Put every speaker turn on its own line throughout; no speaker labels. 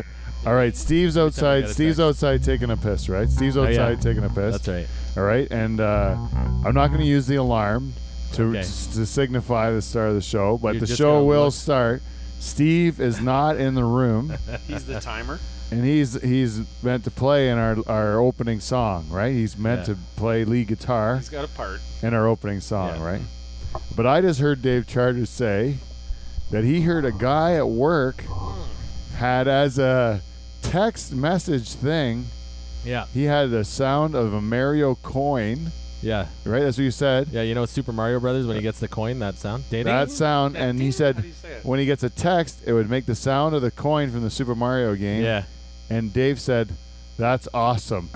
All right, Steve's outside.
gotta
Steve's
text.
outside taking a piss, right? Steve's
Oh,
outside
yeah.
taking a piss.
That's right.
All right, and uh, I'm not going to use the alarm to,
Okay.
to signify the start of the show, but
You're
the
just
show
gonna
will
look.
start. Steve is not in the room,
He's the timer.
and he's he's meant to play in our our opening song, right? He's meant
Yeah.
to play lead guitar
He's got a part.
in our opening song,
Yeah.
right? But I just heard Dave Charters say that he heard a guy at work had as a text message thing
Yeah,
he had the sound of a Mario coin,
yeah,
right? That's what you said.
yeah. You know Super Mario Brothers when he gets the coin, that sound. Ding, ding.
That sound, and he
How do
said
you say it?
when he gets a text, it would make the sound of the coin from the Super Mario game.
Yeah,
And Dave said, "That's awesome."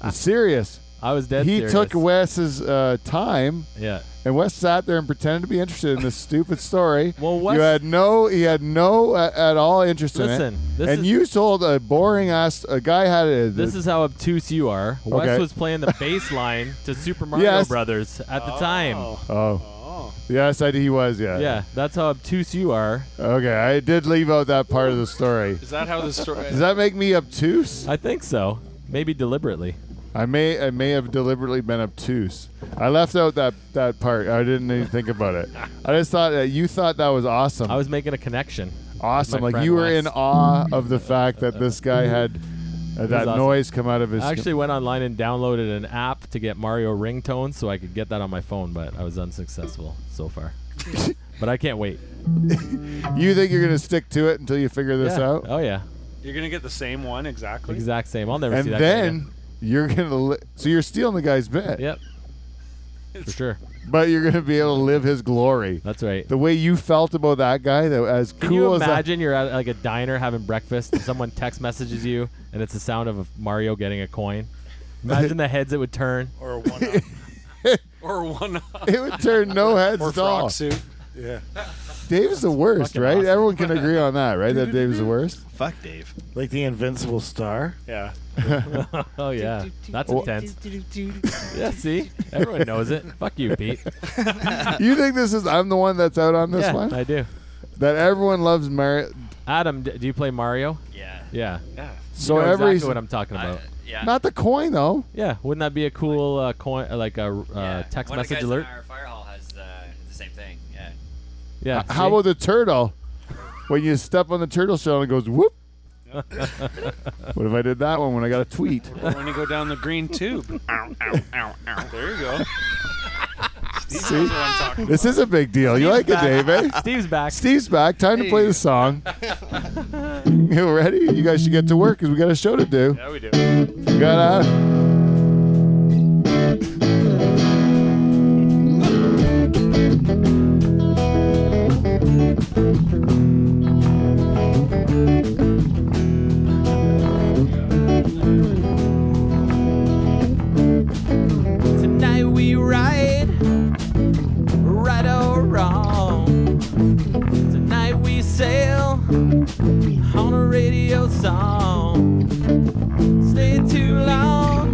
I'm serious.
I was dead.
he
serious.
took Wes's uh, time,
Yeah.
and Wes sat there and pretended to be interested in this stupid story.
Well, Wes-
you had no, he had no uh, at all interest in
Listen,
it.
this
and
is-
you told a boring ass a guy had a,
This is how obtuse you are.
Okay.
Wes was playing the bass line to Super Mario
Yes.
Brothers at the time.
Oh.
oh
Oh.
yes, I, he was
Yeah, that's how obtuse you are.
Okay, I did leave out that part of the story.
Is that how the story?
Does that make me obtuse?
I think so. Maybe deliberately.
I may I may have deliberately been obtuse. I left out that that part. I didn't even think about it. I just thought that you thought that was awesome.
I was making a connection.
awesome.
my
Like
friend
you were
Wes.
in awe of the fact that this guy had uh, that
awesome.
noise come out of his.
I actually went online and downloaded an app to get Mario ringtones so I could get that on my phone, but I was unsuccessful so far. but I can't wait.
you think you're gonna stick to it until you figure this
Yeah.
out,
Oh yeah,
You're gonna get the same one exactly.
exact same. I'll never
and
see that. guy
then
again.
you're gonna. Li- so you're stealing the guy's bit,
Yep. For sure.
but you're gonna be able to live his glory.
That's right.
The uh, way you felt about that guy, though, as
Can
cool
you
as that.
imagine you're at like a diner having breakfast and someone text messages you and it's the sound of Mario getting a coin? Imagine the heads it would turn.
Or a one up. or a one up.
it would turn no heads
Or
at all.
frog suit. Yeah.
Dave is the worst,
Fucking
right?
awesome.
Everyone can agree on that, right? That Dave is the worst.
Fuck Dave.
Like the invincible star.
Yeah.
oh yeah, that's
Wha-
intense. yeah, see, everyone knows it. Fuck you, Pete.
You think this is? I'm the one that's out on this
yeah,
one.
I do.
that everyone loves Mario.
Adam, d- do you play Mario?
Yeah.
Yeah.
Yeah.
So
you know
every
exactly what I'm talking about.
yeah.
not the coin though.
yeah, wouldn't that be a cool uh, coin, uh, like a uh,
yeah.
text
One
message
of the
alert?
guys In our fire hall has uh, the same thing. Yeah.
Yeah.
H- Uh, How
see?
about the turtle? When you step on the turtle shell and it goes whoop. what if I did that one when I got a tweet?
Or when you go down the green tube. ow, ow, ow, ow. There you go. Steve knows what I'm talking about.
This is a big deal. You like it, Dave? Eh?
Steve's back.
Steve's back. Time to play the song. you ready? You guys should get to work because we got a show to do.
Yeah, we do.
We gotta.
Tonight we ride, right or wrong. Tonight we sail on a radio song. Stay too long,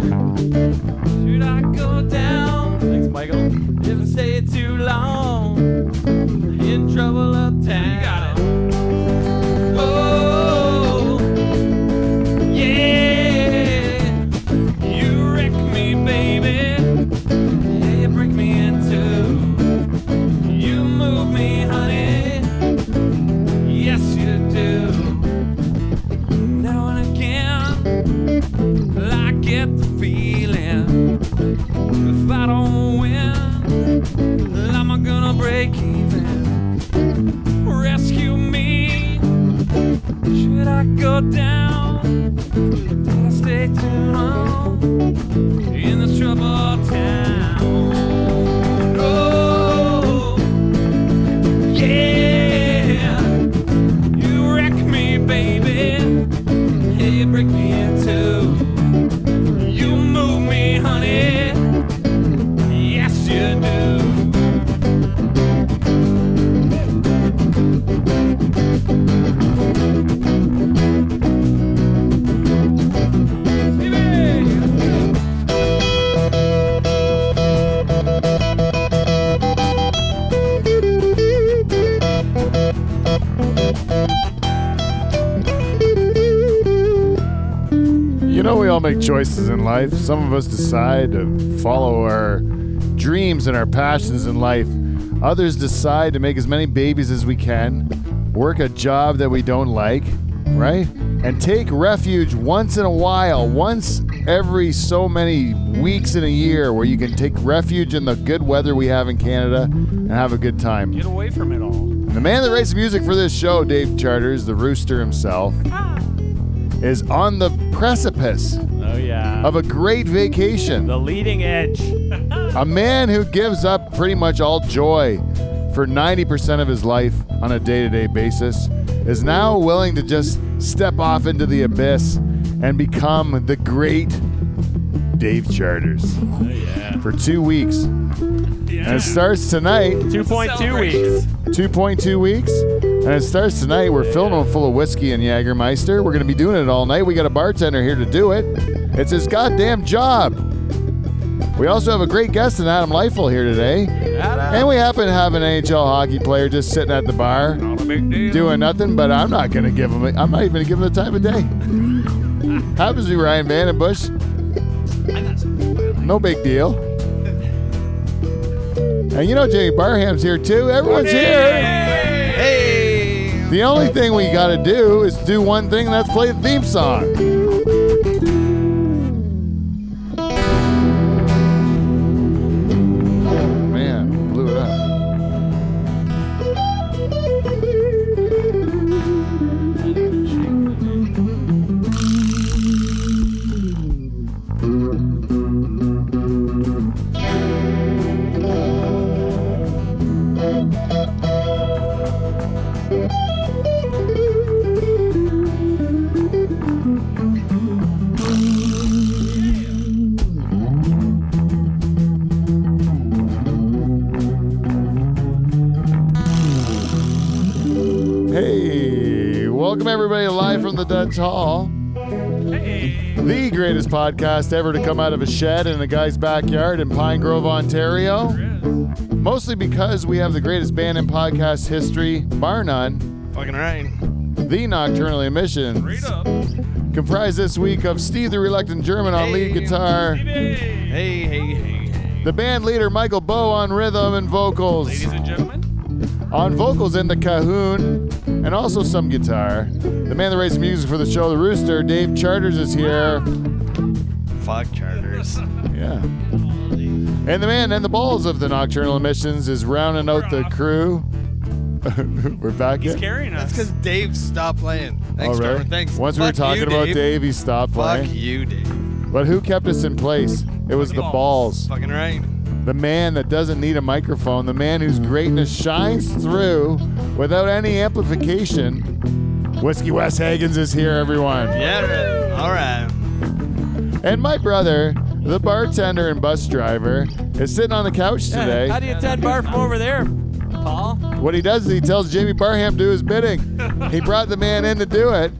should I go down? Thanks, Michael. If I stay too long, in trouble uptown. You got it. Oh, yeah. You wreck me, baby. Yeah, you break me in two. You move me, honey. Yes, you do. Now and again, I get the feeling if I don't win, I'm gonna break even. Rescue me. Should I go down? Did I stay too long in this troubled town? Oh, yeah, you wreck me, baby. Yeah, you break me in two. You move me, honey. Yes, you do.
Thank you.
You know, we all make choices in life. Some of us decide to follow our dreams and our passions in life. Others decide to make as many babies as we can, work a job that we don't like, right? And take refuge once in a while, once every so many weeks in a year, where you can take refuge in the good weather we have in Canada and have a good time.
Get away from it all.
The man that writes music for this show, Dave Charters, the rooster himself, is on the precipice
Oh yeah.
of a great vacation.
The leading edge.
A man who gives up pretty much all joy for 90% of his life on a day to day basis is now willing to just step off into the abyss and become the great Dave Charters
Oh,
for two weeks. And it starts tonight.
2.2 weeks.
2.2 weeks. And it starts tonight. We're filling them full of whiskey and Jagermeister. We're going to be doing it all night. We got a bartender here to do it. It's his goddamn job. We also have a great guest in Adam Leifel here today. And we happen to have an NHL hockey player just sitting at the bar
Not a big deal.
doing nothing, but I'm not going to give him, a, I'm not even going to give him the time of day. Happens to be Ryan Vandenbush. No big deal. And you know, Jamie Barham's here too. Everyone's here. The only thing we got to do is do one thing, and that's play the theme song. Man, blew it up. Hey, welcome everybody live from the Dutch Hall. The greatest podcast ever to come out of a shed in a guy's backyard in Pine Grove, Ontario. Mostly because we have the greatest band in podcast history, bar none,
Fucking right.
the Nocturnal Emissions.
Straight up.
comprised this week of Steve the Reluctant German on lead guitar,
Hey, hey, hey.
the band leader Michael Bow on rhythm and vocals,
Ladies and gentlemen,
on vocals in the Cahoon, and also some guitar. The man that writes music for the show, The Rooster, Dave Charters, is here.
Fuck charters.
Yeah. And the man and the balls of the Nocturnal Emissions is rounding out the crew. We're back
he's
in.
carrying us.
That's because Dave stopped playing. Thanks,
All right.
Carmen. Thanks.
Once we were
Fuck
talking
you,
about
Dave.
Dave, he stopped
Fuck
playing.
you, Dave.
But who kept us in place? It was the balls.
Fucking right.
the man that doesn't need a microphone, the man whose greatness shines through without any amplification. Whiskey West Hagens is here, everyone.
Yeah. right. All right.
And my brother, the bartender and bus driver, is sitting on the couch today.
How do you attend bar from over there, Paul?
What he does is he tells Jamie Barham to do his bidding. he brought the man in to do it.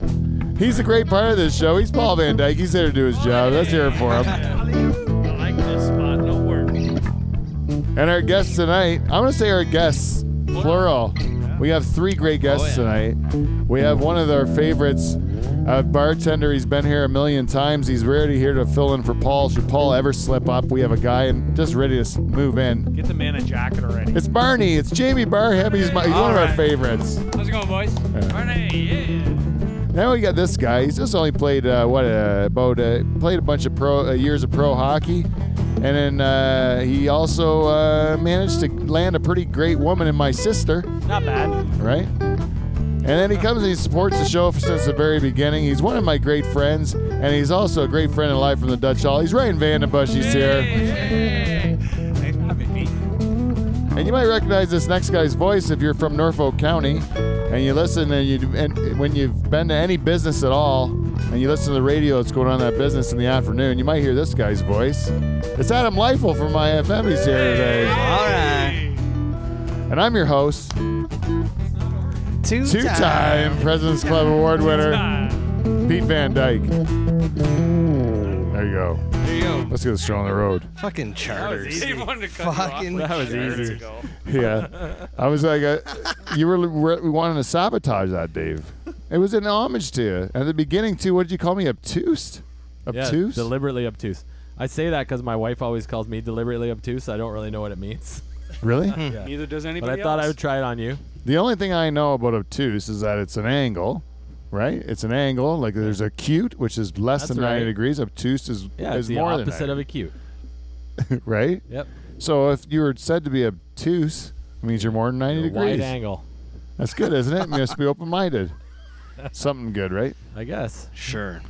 He's a great part of this show. He's Paul Van Dyke. He's there to do his job. Let's hear it for him.
I like this spot. No work.
And our guests tonight, I'm going to say our guests, plural. We have three great guests
Oh,
tonight. We have one of our favorites, a bartender. He's been here a million times. He's rarely here to fill in for Paul. Should Paul ever slip up, we have a guy and just ready to s- move in.
Get the man a jacket already.
It's Barney. It's Jamie Barham. He's, my, he's one of our
Alright.
favorites.
How's it going, boys?
Now we got this guy. He's just only played uh, what uh, about uh, played a bunch of pro uh, years of pro hockey, and then uh, he also uh, managed to land a pretty great woman in my sister.
Not bad.
right? And then he comes and he supports the show since the very beginning. He's one of my great friends, and he's also a great friend of life from the Dutch Hall. He's Ryan Vandenbush. He's here.
Thanks for having me.
And you might recognize this next guy's voice if you're from Norfolk County and you listen and you and when you've been to any business at all and you listen to the radio that's going on in that business in the afternoon, you might hear this guy's voice. It's Adam Leifel from my FM. He's here today.
All right.
And I'm your host,
Two,
two-time President's Club Award winner. Pete Van Dyke. There you go.
There you go.
Let's get this show on the road.
Fucking charters.
He wanted to cut
Fucking
you off.
That was
Sure.
easy.
Yeah. I was like, uh, you were, were we wanted to sabotage that, Dave. It was an homage to you. At the beginning, too, what did you call me? Obtuse? Obtuse?
deliberately obtuse. I say that because my wife always calls me deliberately obtuse. I don't really know what it means,
really?
Neither does
but
anybody
I thought
else.
I would try it on you.
the only thing I know about obtuse is that it's an angle, right? It's an angle. Like there's acute, which is less
That's
than 90
right.
degrees. Obtuse is,
Yeah,
is
it's the
more
opposite
than
of acute.
of right?
Yep,
So if you were said to be obtuse, it means you're more than 90
A
degrees.
wide angle,
That's good, isn't it? You must be open minded. Something good, right?
I guess.
Sure.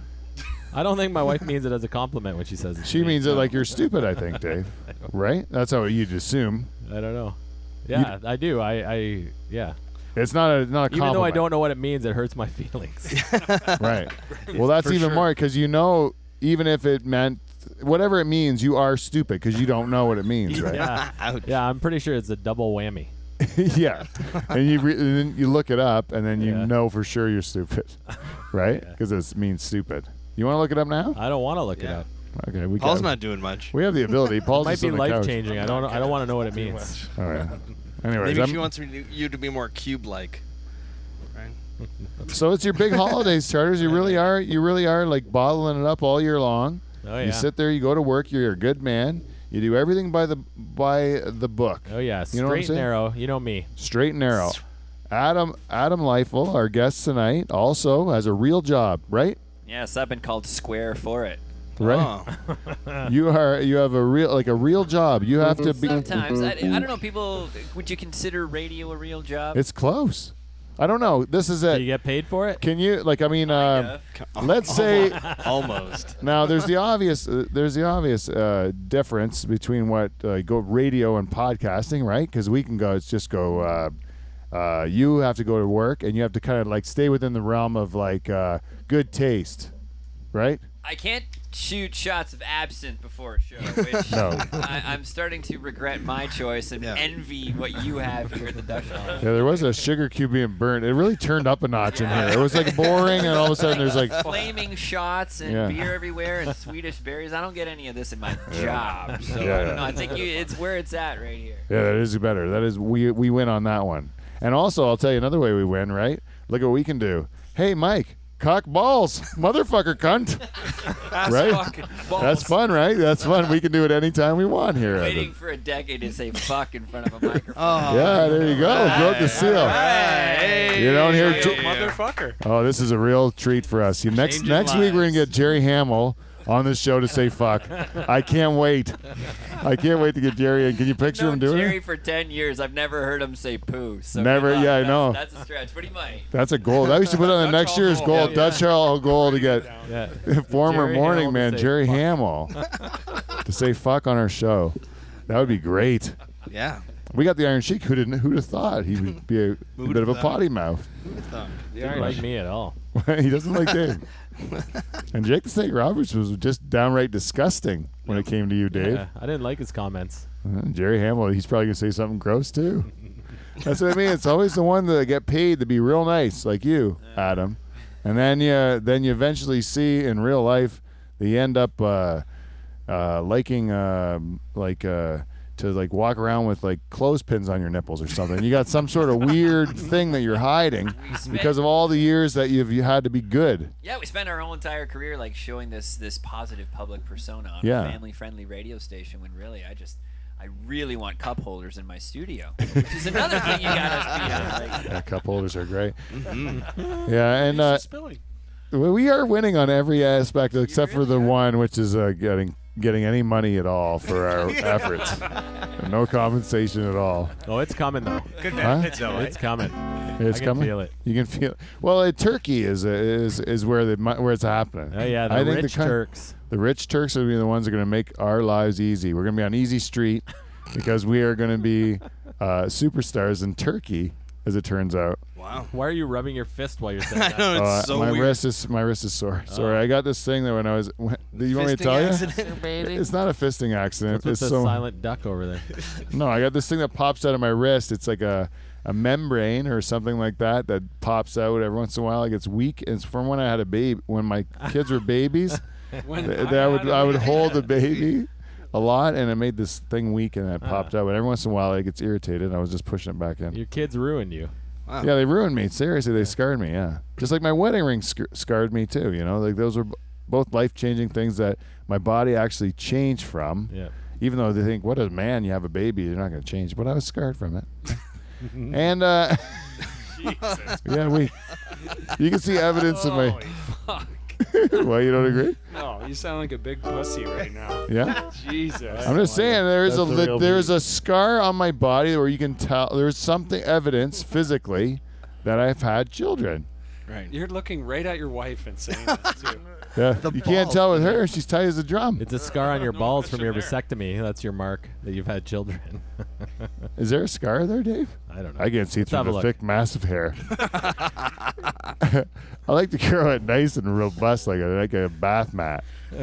I don't think my wife means it as a compliment when she says it.
She means it like you're stupid, I think, Dave. Right? That's how you'd assume.
I don't know. Yeah, I do. I, I yeah.
It's not a not a
Even though I
compliment.
don't know what it means, it hurts my feelings.
right. Well, that's even more because you know, even if it meant whatever it means, you are stupid because you don't know what it means, right?
yeah,
Ouch.
yeah. I'm pretty sure it's a double whammy.
yeah. And you re- and then you look it up, and then you
Yeah.
know for sure you're stupid, right? Because it means stupid. You want to look it up now?
I don't want to look it up.
Okay, we
Paul's
got-
not doing much.
We have the ability. Paul's
Might
just
be
on the couch.
life changing. I don't. I don't want to know what it means.
All right. Anyways,
Maybe
I'm-
she wants me to- you to be more cube-like. Right?
so it's your big holidays, charters. You really are. You really are like bottling it up all year long.
Oh yeah.
You sit there. You go to work. You're a good man. You do everything by the by the book.
oh yeah. Straight
You know what I'm
and
saying?
narrow. You know me.
Straight and narrow. Adam Adam Leifel, our guest tonight, also has a real job, right?
Yes, I've been called square for it.
Right. Uh-huh.
Oh.
You are you have a real like a real job. You have to be.
Sometimes I, I don't know. People, would you consider radio a real job?
It's close. I don't know. This is
Do you
it.
get paid for it?
Can you like? I mean, uh, let's say
Almost.
Now there's the obvious uh, there's the obvious uh, difference between what uh, go radio and podcasting, right? Because we can go it's just go. Uh, uh, you have to go to work and you have to kind of like stay within the realm of like uh, good taste, right?
I can't shoot shots of absinthe before a show, which
No.
I, I'm starting to regret my choice and
Yeah.
envy what you have here at the Dutch Hall.
Yeah, there was a sugar cube being burnt. It really turned up a notch in here. It was like boring, and all of a sudden there's like
Flaming shots and
Yeah.
beer everywhere and Swedish berries. I don't get any of this in my job,
Yeah,
so I
yeah.
don't know. I think you, it's where it's at right here.
Yeah, that is better. That is we we win on that one. And also, I'll tell you another way we win. Right? Look what we can do. Hey, Mike, cock balls, motherfucker, cunt. right? That's fun, right? That's fun. We can do it anytime we want here. Evan.
Waiting for a decade to say fuck in front of a microphone.
Oh.
Yeah, there you go. Broke the seal.
Hey.
You don't hear.
Yo, motherfucker.
Oh, this is a real treat for us. You next
Changing
next week we're gonna
lives.
get Jerry Hamill on this show to say fuck. I can't wait. I can't wait to get Jerry. in. Can you picture him
Known
doing
Jerry
it?
for ten years. I've never heard him say poo. So
Never- e-
good luck.
yeah, I
That's-
know.
That's a stretch, but he might.
That's a goal. That we should put on the
Dutch
next
Hall
year's
goal.
goal.
Yeah.
Dutch Hall goal to get.
Yeah.
former
Jerry
morning
Hamill to
man
say
Jerry
fuck.
Hamill to say fuck on our show. That would be great.
Yeah.
We got the Iron Sheik. Who didn't? Who'd have thought he would be a,
Who'd
bit of a
have thought?
potty mouth?
Didn't like me at all.
he doesn't like Dave. and Jake the Snake Roberts was just downright disgusting when it came to you, Dave.
Yeah, I didn't like his comments.
Uh, Jerry Hamill. He's probably gonna say something gross too. That's what I mean. It's always the one that get paid to be real nice, like you, Adam, and then you then you eventually see in real life they end up uh, uh, liking uh, like uh, to like walk around with like clothespins on your nipples or something. You got some sort of weird thing that you're hiding because of all the years that you've you had to be good.
Yeah, we spent our whole entire career like showing this this positive public persona on
Yeah.
a family friendly radio station when really I just I really want cup holders in my studio, which is another thing you got us beat on. Like,
Yeah, cup holders are great.
Mm-hmm.
Yeah, and uh,
Spilling.
Well, We are winning on every aspect except for the one, which is uh, getting getting any money at all for our efforts. No compensation at all.
Oh, it's coming though.
Good
Huh?
benefits though. eh?
It's coming.
It's
I can
coming.
feel it.
You can feel. Well, uh, Turkey is is is where the mo- where it's happening.
Oh yeah, the
I think
rich
the, coun-
Turks.
the rich Turks are gonna be the ones that are going to make our lives easy. We're going to be on easy street because we are going to be uh, superstars in Turkey, as it turns out.
Wow.
Why are you rubbing your fist while you're saying
I
that?
know it's
Uh,
so
my
weird.
wrist is my wrist is sore. Sorry, I got this thing that when I was. When, do you want me to
Fisting
tell you?
accident.
It's not a fisting accident.
What's with
it's
the
so
silent duck over there?
no. I got this thing that pops out of my wrist. It's like a a membrane or something like that that pops out every once in a while. Like it's weak. It's from when I had a baby. When my kids were babies,
When
th-
I
th- I would
had a
I would
baby.
hold the baby a lot, and it made this thing weak, and it popped out. But every once in a while, it gets irritated, and I was just pushing it back in.
Your kids ruined you.
Uh,
Yeah, they ruined me. Seriously, they scarred me. Yeah, just like my wedding ring sc- scarred me too. You know, like those were both life changing things that my body actually changed from.
Yeah.
Even though they think, what a man, you have a baby, you're not going to change. But I was scarred from it. and uh, yeah, we. You can see evidence of my.
Holy
Why you don't agree?
No, you sound like a big pussy right now.
Yeah.
Jesus.
I'm just saying there is a
That's the
li-
real
there
beat.
is a scar on my body where you can tell there's something evidence physically that I've had children.
Right.
You're looking right at your wife and saying that too.
Yeah. You can't
balls.
tell with her; she's tight as a drum.
It's a scar on your
No
balls from your
question there.
vasectomy. That's your mark that you've had children.
Is there a scar there, Dave?
I don't know.
I can't see
Let's
through
have a
the
look.
thick, massive hair. I like to grow it nice and robust, like a, like a bath mat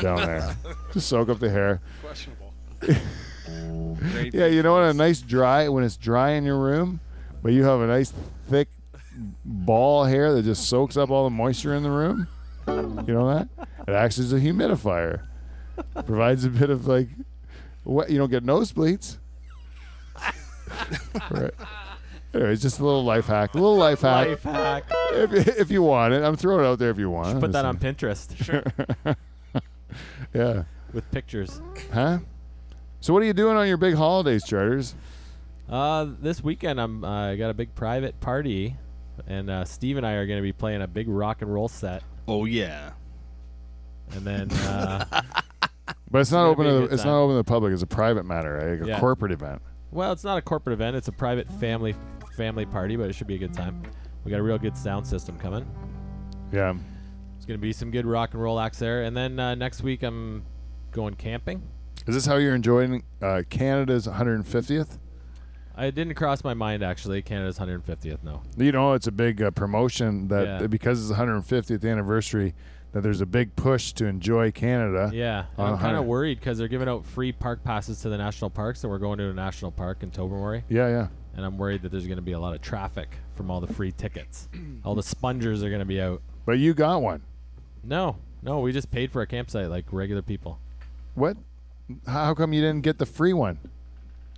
down there. Just soak up the hair.
Questionable.
Great.
Yeah, you know what? A nice dry when it's dry in your room, but you have a nice thick ball hair that just soaks up all the moisture in the room. You know that? It acts as a humidifier. Provides a bit of like, what you don't get nosebleeds. right. Anyway, it's just a little life hack. A little life hack.
Life hack.
If, if you want it, I'm throwing it out there. If you want,
Put that on Pinterest
yeah.
with pictures.
Huh? So what are you doing on your big holidays, charters?
Uh, this weekend I'm uh, I got a big private party, and uh, Steve and I are going to be playing a big rock and roll set,
Oh yeah.
and then uh,
But it's not open.
gonna be a
To the,
good
it's
time.
not open to the public. It's a private matter, right? like a
Yeah.
corporate event.
well, it's not a corporate event; it's a private family family party, but it should be a good time. We got a real good sound system coming.
Yeah.
It's going to be some good rock and roll acts there, and then uh, next week I'm going camping.
Is this how you're enjoying uh, Canada's 150th?
I didn't cross my mind actually. Canada's 150th. No,
You know, it's a big uh, promotion that
Yeah.
because it's 150th anniversary, that there's a big push to enjoy Canada.
yeah, and
On
I'm kind
100.
of worried because they're giving out free park passes to the national parks, and we're going to a national park in Tobermory.
Yeah, yeah.
and I'm worried that there's going to be a lot of traffic from all the free tickets. all the spongers are going to be out.
But you got one.
No, no, we just paid for a campsite like regular people.
What? How come you didn't get the free one?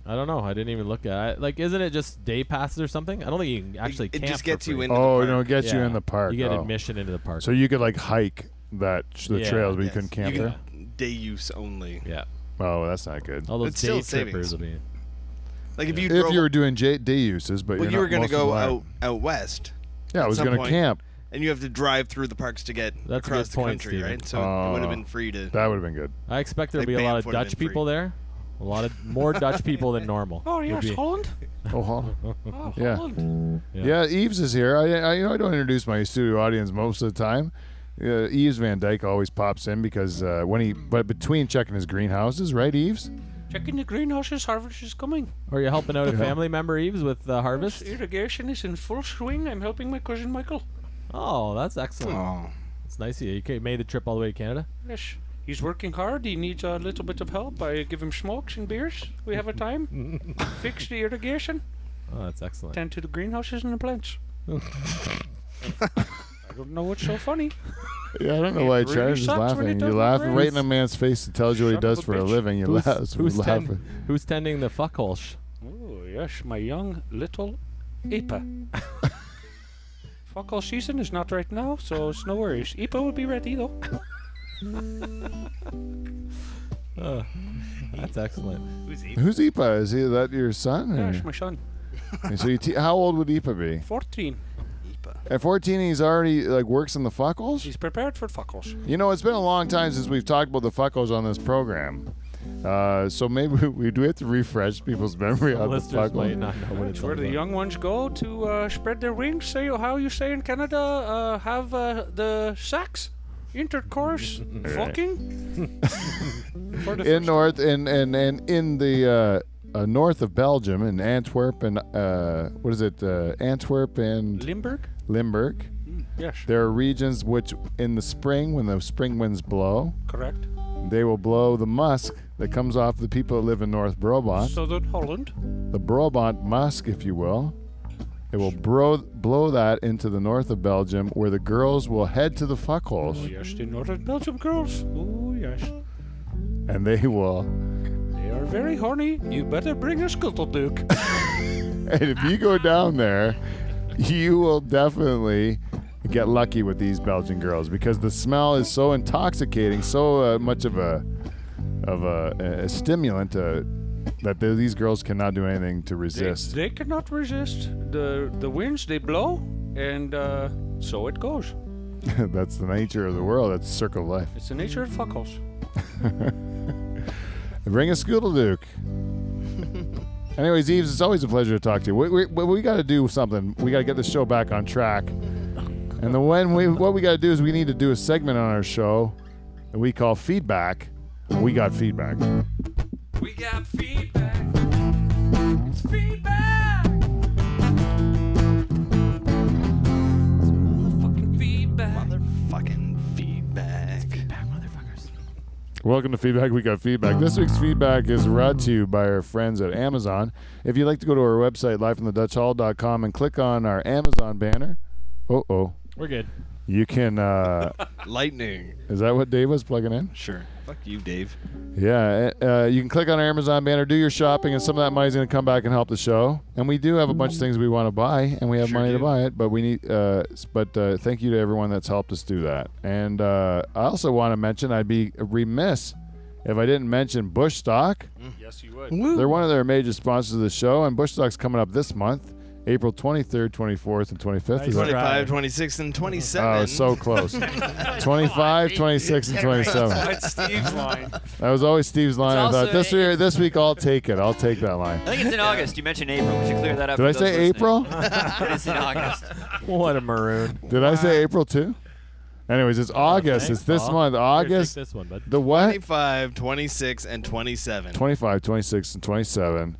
I don't know. I didn't even look at it. Like, isn't it just day passes or something? I don't think you can actually
it
camp
just
for
gets you
free.
in.
Oh,
the
no, it
park.
gets you
Yeah.
in the park.
You get
oh.
admission into the park.
So you could like hike that the
Yeah,
trails, but
Yes.
you couldn't camp
can
there.
Day use only.
yeah,
Oh, that's not good.
all those
It's
day
still
trippers
savings.
will be.
Like if you
If
drove,
you were doing j- day uses, but
well,
you're
you
not
were
most of
gonna
the
go
time-
out out west,
Yeah, I
at
was
some
gonna
point.
camp.
and you have to drive through the parks to get
That's a
across
good
the
point,
country,
Steven.
right? So it would have been free to.
That would have been good.
I expect there'll
Like
be a lot
Banff
of
would've
Dutch
been free.
people there. A lot of more Dutch people than normal.
Oh
would
yes,
be-
Holland.
Oh, Holland.
Oh,
Yeah.
Holland.
Yeah, Eves is here. I, I, you know, I don't introduce my studio audience most of the time. Uh, Eves Van Dyke always pops in because uh, when he, but between checking his greenhouses, right, Eves?
Checking the greenhouses. Harvest is coming.
Or you're helping out a family member, Eves, with the harvest.
Irrigation is in full swing. I'm helping my cousin Michael.
Oh, that's excellent.
Oh,
It's nice of you. You ca- made the trip all the way to Canada.
Yes. He's working hard. He needs a little bit of help. I give him smokes and beers. We have a time. Fix the irrigation.
Oh, that's excellent.
Tend to the greenhouses and the plants. I don't know what's so funny.
Yeah, I don't know why
really
Charles is
sucks when
laughing.
you
You
don't
laugh
have
right in
friends.
a man's face that tells you what he
Son of
does
a
for a
bitch.
living. You
Who's,
laugh.
who's,
laugh.
tend- who's tending the fuckhole? sh-
Oh, yes, my young little Ipa. Fuck all season is not right now, so it's no worries. Ipa will be ready though.
Oh, that's excellent.
Who's Ipa? Is he that your son? or-
Yes, my son.
And so you te- how old would Ipa be?
14.
At 14, he's already like works in the fuckles.
He's prepared for fuckles.
You know, it's been a long time since we've talked about the fuckos on this program. Uh, so maybe we, we do have to refresh people's memory on the
Listeners might
fuckos.
not know what it's
It's where the young ones go to uh, spread their wings. Say oh, how you say in Canada, uh, have uh, the sex, intercourse, fucking. for the
In
first-
north in and and in the uh, uh, north of Belgium in Antwerp and uh, what is it uh, Antwerp and
Limburg.
Limburg.
Yes,
There are regions which in the spring when the spring winds blow,
correct.
they will blow the musk that comes off the people that live in North Brabant.
Southern Holland.
the Brabant musk, if you will. It will bro- blow that into the north of Belgium, where the girls will head to the
Oh
fuckholes,
yes, the northern Belgium girls. Oh yes.
and they will.
They are very horny. You better bring a scuttleduke.
And if you go down there, you will definitely get lucky with these Belgian girls because the smell is so intoxicating, so uh, much of a of a, a stimulant uh, that the- these girls cannot do anything to
They,
resist.
they cannot resist the the winds. They blow, and uh, so it goes.
That's the nature of the world. That's the circle of life.
It's the nature of fuckholes.
Bring a Scoodle Duke. Anyways, Eves, it's always a pleasure to talk to you. We, we, we got to do something. We got to get this show back on track. And the when we what we got to do is we need to do a segment on our show that we call feedback. We got feedback.
We got feedback. It's feedback. It's motherfucking feedback.
Motherfucking feedback.
Welcome to Feedback. We got feedback. This week's feedback is brought to you by our friends at Amazon. If you'd like to go to our website, lifeinthedutchhall.com, and click on our Amazon banner. Oh, oh.
We're good.
You can. Uh,
Lightning.
is that what Dave was plugging in?
Sure. Fuck you, Dave.
Yeah, uh, you can click on our Amazon banner, do your shopping, and some of that money's going to come back and help the show. And we do have a bunch of things we want to buy, and we have
Mm-hmm. Sure
money to
do.
buy it. But we need. Uh, s- but uh, thank you to everyone that's helped us do that. And uh, I also want to mention, I'd be remiss if I didn't mention Bush Stock.
Yes, you would.
Mm-hmm.
They're one of their major sponsors of the show, and Bush Stock's coming up this month, April 23rd, 24th, and 25th. Is that-
25, 26, and 27.
Oh, so close. 25, 26, and 27.
That's Steve's line.
That was always Steve's line. I
It's
thought
also-
this year, this week, I'll take it. I'll take that line.
I think it's in August. You mentioned April. We should clear that up.
Did
for
I
those
say
listening.
April?
it's in August.
What a maroon.
Did I say April too? Anyways, it's August.
thanks,
It's this
Paul.
month.
Here, take
August.
this one, bud.
The what?
25, 26, and 27.
25, 26, and 27.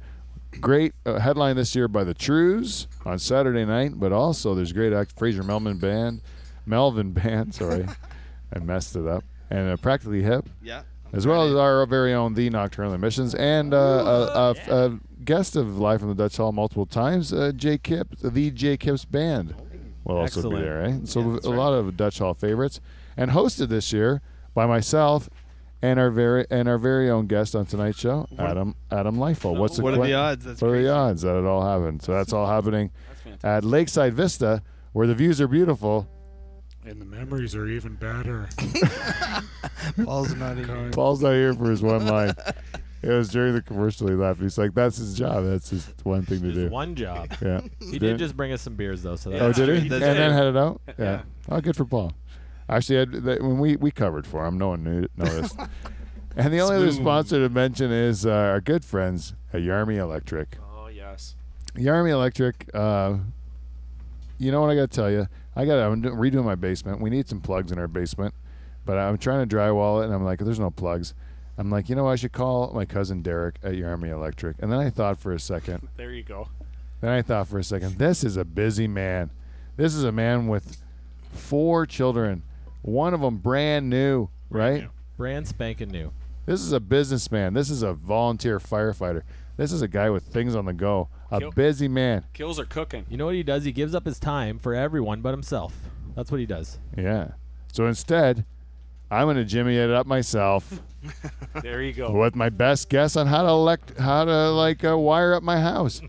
Great uh, headline this year by the Trues on Saturday night, but also there's great act Fraser Melvin band, Melvin band. Sorry, I messed it up. And uh, practically hip,
Yeah.
as well as our very own The Nocturnal Emissions, and uh, a, a, a guest of Live from the Dutch Hall multiple times, uh, Jay Kip, the Jay Kip's band, will also be
Excellent.
there, right? So a lot of Dutch Hall favorites, and hosted this year by myself and our very and our very own guest on tonight's show, Adam Adam Lifel. What's
Oh, What
the
are
que-
the odds? That's
what are
crazy.
the odds that it all happened? So that's all happening at Lakeside Vista, where the views are beautiful.
And the memories are even better.
Paul's not even.
Paul's not here for his one line. It was during the commercial he left. He's like, "That's his job. That's his one thing to
Just
do."
one job.
Yeah.
He did just bring us some beers though, so that's
Oh, did he?
He did.
and then headed out. Yeah. Oh, good for Paul. Actually, I, that, when we we covered for him, no one knew, noticed. and the only other sponsor to mention is uh, our good friends at Yarmy Electric.
Oh yes.
Yarmy Electric. Uh, you know what I got to tell you? I got I'm do- redoing my basement. We need some plugs in our basement, but I'm trying to drywall it, and I'm like, there's no plugs. I'm like, you know, I should call my cousin Derek at Yarmy Electric. And then I thought for a second.
There you go.
Then I thought for a second, this is a busy man. This is a man with four children, one of them brand new, right?
brand spanking new.
This is a businessman. This is a volunteer firefighter. This is a guy with things on the go. A
Yep.
busy man.
Kills are cooking.
You know what he does? He gives up his time for everyone but himself. That's what he does.
Yeah. So instead, I'm going to jimmy it up myself
There you go.
with my best guess on how to elect, how to like uh, wire up my house.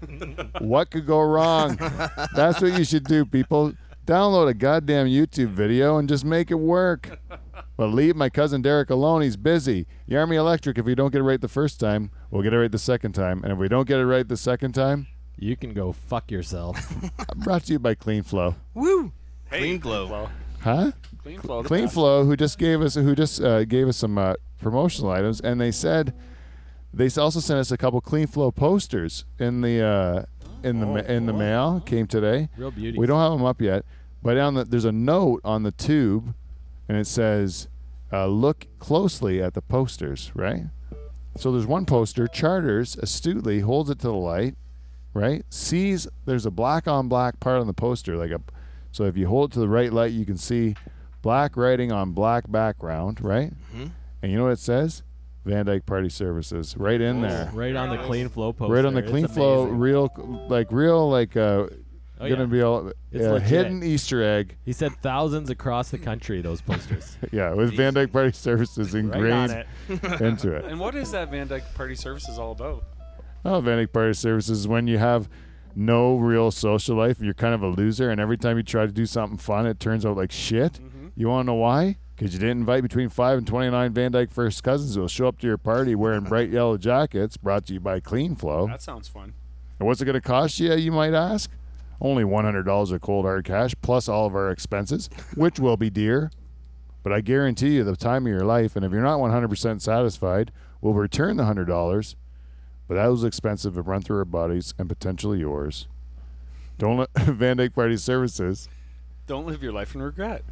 what could go wrong? That's what you should do, people. Download a goddamn YouTube video and just make it work. But leave my cousin Derek alone. He's busy. Yarmy Electric, if we don't get it right the first time, we'll get it right the second time. And if we don't get it right the second time,
You can go fuck yourself.
brought to you by Clean Flow.
Hey,
Clean glow.
Huh?
Clean flow. the
Clean
best.
Flow, who just gave us who just uh, gave us some uh, promotional items, and they said they s- also sent us a couple Clean Flow posters in the uh, in the ma- in the mail came today.
Oh, Real beauty.
We don't have them up yet, but on the, there's a note on the tube, and it says, uh, "Look closely at the posters." Right. So there's one poster. Charters astutely holds it to the light. Right. Sees there's a black on black part on the poster, like a. So if you hold it to the right light, you can see black writing on black background. Right.
Mm-hmm.
And you know what it says? Van Dyke Party Services, right in there.
Right on the clean flow poster.
Right on the
It's
clean flow,
amazing.
real, like real, like uh,
Oh,
gonna
yeah.
be all
It's
uh,
legit.
hidden Easter egg.
He said thousands across the country those posters.
Yeah, with Van Dyke Party Services
right on
ingrained
it.
into it.
And what is that Van Dyke Party Services all about?
Oh, Van Dyke Party Services is when you have no real social life, you're kind of a loser. And every time you try to do something fun, it turns out like shit. You want to know why? Because you didn't invite between 5 and 29 Van Dyke first cousins who will show up to your party wearing bright yellow jackets, brought to you by Clean Flow.
That sounds fun.
And what's it going to cost you, you might ask? Only $100 of cold hard cash, plus all of our expenses, which will be dear. But I guarantee you the time of your life, and if you're not 100% satisfied, we'll return the $100, but that was expensive and run through our bodies and potentially yours. Don't let Van Dyke Party Services
Don't live your life in regret.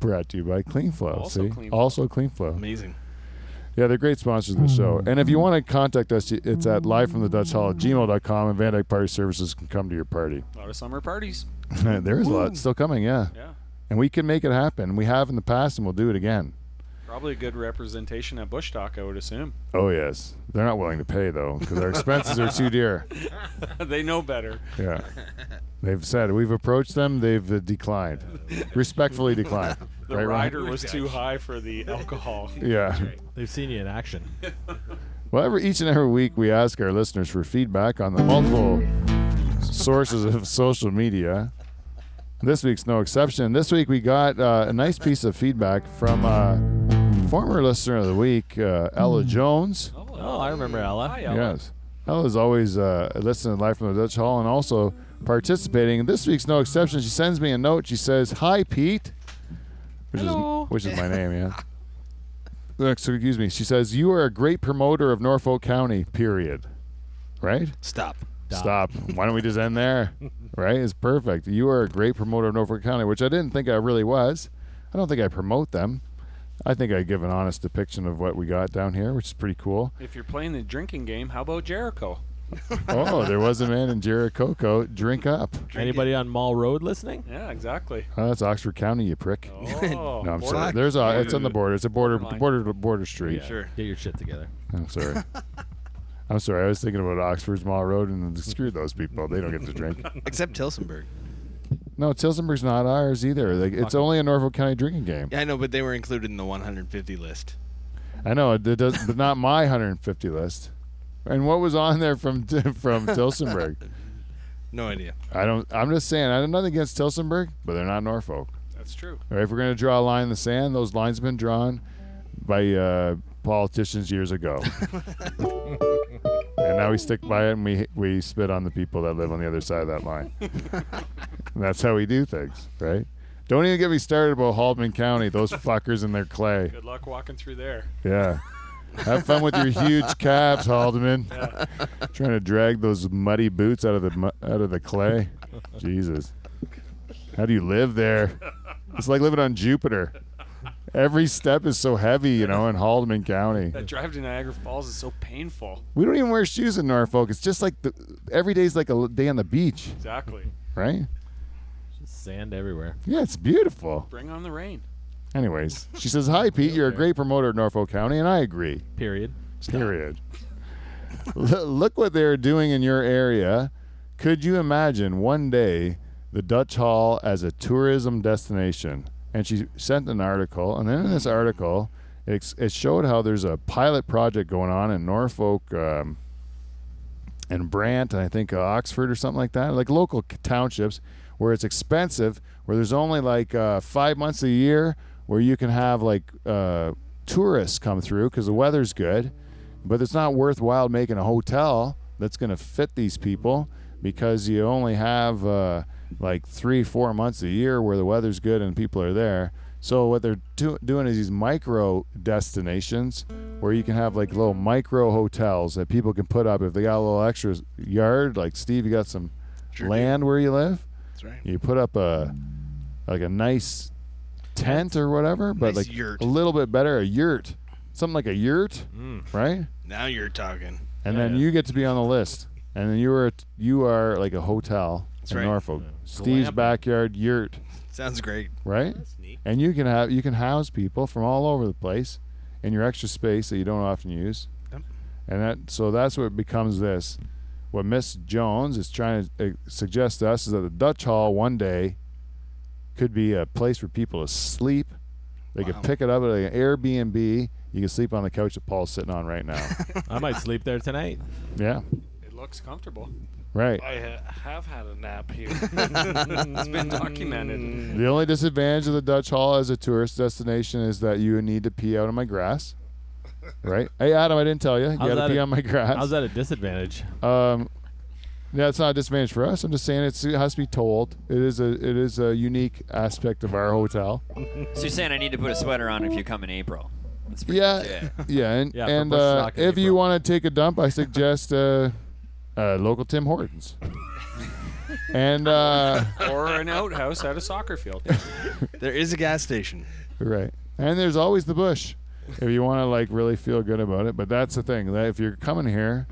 brought to you by Clean Flow.
Also
see?
Clean Flow.
also Clean Flow.
Amazing.
Yeah, they're great sponsors of the show. And if you want to contact us, it's at live from the Dutch Hall at gmail.com, and Van Dyke Party Services can come to your party.
A lot of summer parties.
there is a lot still coming, yeah.
Yeah.
And we can make it happen. We have in the past, and we'll do it again.
Probably a good representation at Bush Talk, I would assume.
Oh yes, they're not willing to pay though because our expenses are too dear.
they know better.
Yeah, they've said we've approached them. They've uh, declined, respectfully declined.
The
Right, Ron?
rider was too high for the alcohol.
Yeah.
They've seen you in action.
Well, every, each and every week we ask our listeners for feedback on the multiple sources of social media. This week's no exception. This week we got uh, a nice piece of feedback from uh, former listener of the week, uh, Ella Jones.
Oh, I remember Ella.
Yes. Elle is always uh, listening live from the Dutch Hall and also participating. And this week's no exception. She sends me a note. She says, "Hi, Pete," which
Hello.
is which is my name. Yeah. Uh, Excuse me. She says, "You are a great promoter of Norfolk County." Period. Right.
Stop.
Stop. Why don't we just end there? Right? It's perfect. You are a great promoter of Norfolk County, which I didn't think I really was. I don't think I promote them. I think I give an honest depiction of what we got down here, which is pretty cool.
If you're playing the drinking game, how about Jericho?
oh, there was a man in Jericho. Drink up.
Anybody on Mall Road listening?
Yeah, exactly.
Oh, that's Oxford County, you prick.
Oh,
no, I'm
border-
sorry. There's a. It's on the border. It's a border.
Borderline.
Border to border street.
Sure.
Get your shit together.
I'm sorry. I'm sorry. I was thinking about Oxford's Mall Road and screw those people. They don't get to drink.
Except Tilsonburg.
No, Tilsonburg's not ours either. Like it's only a Norfolk County drinking game.
Yeah, I know, but they were included in the 150 list.
I know it does, but not my 150 list. And what was on there from from Tilsonburg?
No idea.
I don't. I'm just saying. I have nothing against Tilsonburg, but they're not Norfolk.
That's true.
All right, if we're going to draw a line in the sand, those lines have been drawn by uh, politicians years ago. and now we stick by it and we, we spit on the people that live on the other side of that line. And that's how we do things, right? Don't even get me started about Haldeman County, those fuckers and their clay.
Good luck walking through there.
Yeah. Have fun with your huge calves, Haldeman. Trying to drag those muddy boots out of the mu- out of the clay. Jesus. How do you live there? It's like living on Jupiter. Every step is so heavy, you know, in Haldeman County.
That drive to Niagara Falls is so painful.
We don't even wear shoes in Norfolk. It's just like the, every day's like a l- day on the beach,
Exactly.
right?
Just sand everywhere.
Yeah, it's beautiful.
Bring on the rain.
Anyways, she says, "Hi Pete, you're a great promoter of Norfolk County," and I agree.
Period.
Period. L- look what they're doing in your area. Could you imagine one day the Dutch Hall as a tourism destination? And she sent an article, and then in this article, it, ex- it showed how there's a pilot project going on in Norfolk um, and Brant, and I think uh, Oxford or something like that, like local c- townships where it's expensive, where there's only like uh, five months a year where you can have like uh, tourists come through because the weather's good, but it's not worthwhile making a hotel that's going to fit these people because you only have uh, like three, four months a year where the weather's good and people are there. So what they're do- doing is these micro destinations where you can have like little micro hotels that people can put up if they got a little extra yard. Like Steve, you got some
Sure do.
land where you live.
That's right.
You put up a like a nice tent or whatever, but
Nice
like
yurt.
a little bit better, a yurt, something like a yurt,
Mm.
right?
Now you're talking.
And then you get to be on the list, and then you are you are like a hotel in
right.
Norfolk, Steve's
Glamping.
backyard yurt,
Sounds great.
right?
neat.
And you can have you can house people from all over the place in your extra space that you don't often use.
Yep.
And that so that's what becomes this. What Miss Jones is trying to uh, suggest to us is that the Dutch Hall one day could be a place for people to sleep. They
Wow.
could pick it up at an Airbnb. You can sleep on the couch that Paul's sitting on right now.
I might sleep there tonight.
yeah.
It looks comfortable.
Right.
I ha- have had a nap here. it's been documented.
The only disadvantage of the Dutch Hall as a tourist destination is that you need to pee out on my grass. Right? Hey, Adam, I didn't tell you. You got
How's
to
that
pee
a-
on my grass.
How's that a disadvantage?
Um, yeah, it's not a disadvantage for us. I'm just saying it's, it has to be told. It is a it is a unique aspect of our hotel.
So you're saying I need to put a sweater on if you come in April? That's pretty
Yeah,
much it.
yeah, and,
Yeah, for
and
Bush
uh,
Rock in
if you
April.
want to take a dump, I suggest uh, uh, local Tim Hortons. and uh,
or an outhouse at a soccer field.
There is a gas station.
right, and there's always the bush if you want to like really feel good about it. But that's the thing that if you're coming here,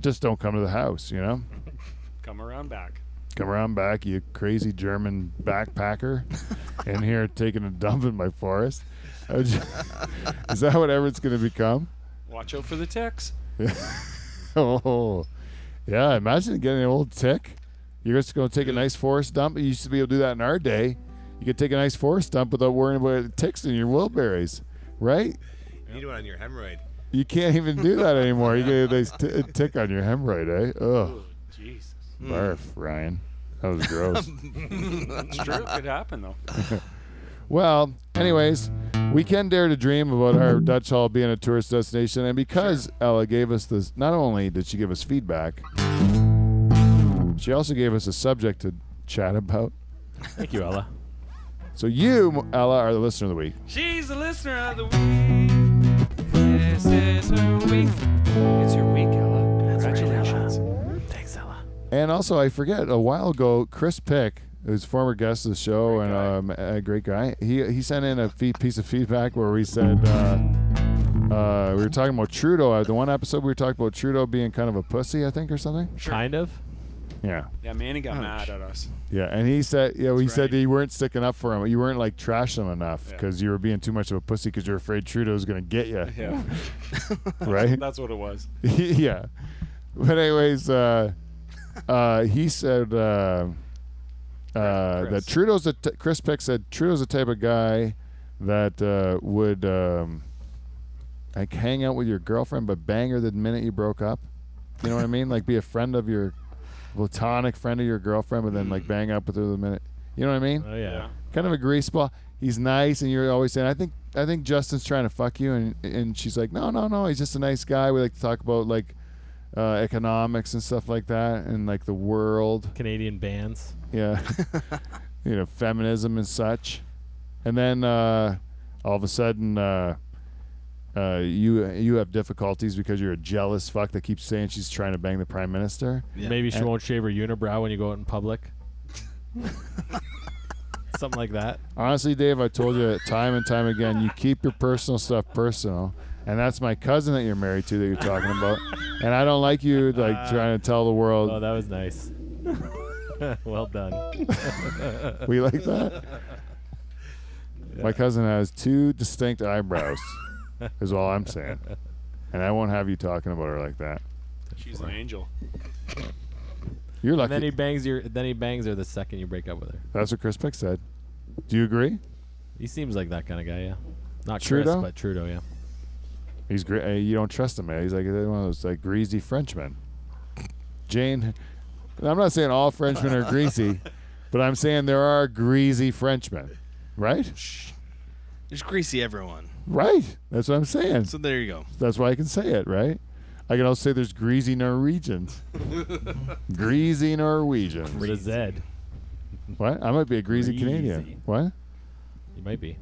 just don't come to the house. You know,
Come around back.
come around back, you crazy German backpacker, in here taking a dump in my forest. I was just- is that what Everett's going to become?
Watch out for the ticks.
oh, yeah. Imagine getting an old tick. You're just going to take a nice forest dump. You used to be able to do that in our day. You could take a nice forest dump without worrying about ticks in your wheelberries, right?
You need one on your hemorrhoid.
You can't even do that anymore. You get a nice t- a tick on your hemorrhoid, eh? Ugh.
Oh, Jesus.
Hmm.
Barf, Ryan. That was gross.
It's true. It could happen, though.
Well, anyways, we can dare to dream about our Dutch Hall being a tourist destination, and because Ella gave us this, not only did she give us feedback, she also gave us a subject to chat about.
Thank you, Ella.
So you, Ella, are the listener of the week.
She's the listener of the week. This is her week.
It's your week, Ella. Congratulations.
Thanks, Ella.
And also, I forget a while ago, Chris Pick, who's former guest of the show and um, a great guy, he he sent in a fee- piece of feedback where we said uh, uh, we were talking about Trudeau. Uh, The one episode we were talking about Trudeau being kind of a pussy, I think, or something.
Kind of.
Yeah.
Yeah, Manny got mad at us.
Oh, Yeah, and he said, yeah, well, he said
right.
that you weren't sticking up for him. You weren't like trashing him enough because you were being too much of a pussy because you're afraid Trudeau's gonna get you,
Yeah.
right?
That's what it was.
yeah. But anyways, uh, uh, he said uh, uh, that
Chris.
Trudeau's a t- Chris Peck said Trudeau's the type of guy that uh, would um, like hang out with your girlfriend but bang her the minute you broke up. You know what I mean? Like be a friend of your platonic friend of your girlfriend, but then like bang up with her the minute. You know what I mean?
Oh yeah.
kind of a greaseball. He's nice, and you're always saying, "I think, I think Justin's trying to fuck you," and and she's like, "No, no, no. He's just a nice guy. We like to talk about like uh, economics and stuff like that, and like the world,
Canadian bands.
yeah, you know, feminism and such." And then uh, all of a sudden, uh, uh, you you have difficulties because you're a jealous fuck that keeps saying she's trying to bang the prime minister.
Yeah.
Maybe she
And-
won't shave her unibrow when you go out in public. Something like that.
Honestly, Dave, I told you time and time again, you keep your personal stuff personal. And that's my cousin that you're married to that you're talking about. And I don't like you like
Uh,
trying to tell the world
Oh, that was nice. well done.
we like that. My cousin has two distinct eyebrows, is all I'm saying. And I won't have you talking about her like that.
She's an angel.
You're
And then he
lucky.
bangs your. Then he bangs her the second you break up with her.
That's what Chris Pick said. Do you agree?
He seems like that kind of guy, yeah. Not
Trudeau?
Chris, but Trudeau, yeah.
He's great. You don't trust him, man. He's like one of those like greasy Frenchmen. Jane, and I'm not saying all Frenchmen are greasy, but I'm saying there are greasy Frenchmen, right?
There's greasy everyone.
Right. That's what I'm saying.
So there you go.
That's why I can say it, right? I can also say there's greasy Norwegians. greasy Norwegians.
With a Z,
What? I might be a greasy,
Greasy.
Canadian. What?
you might be.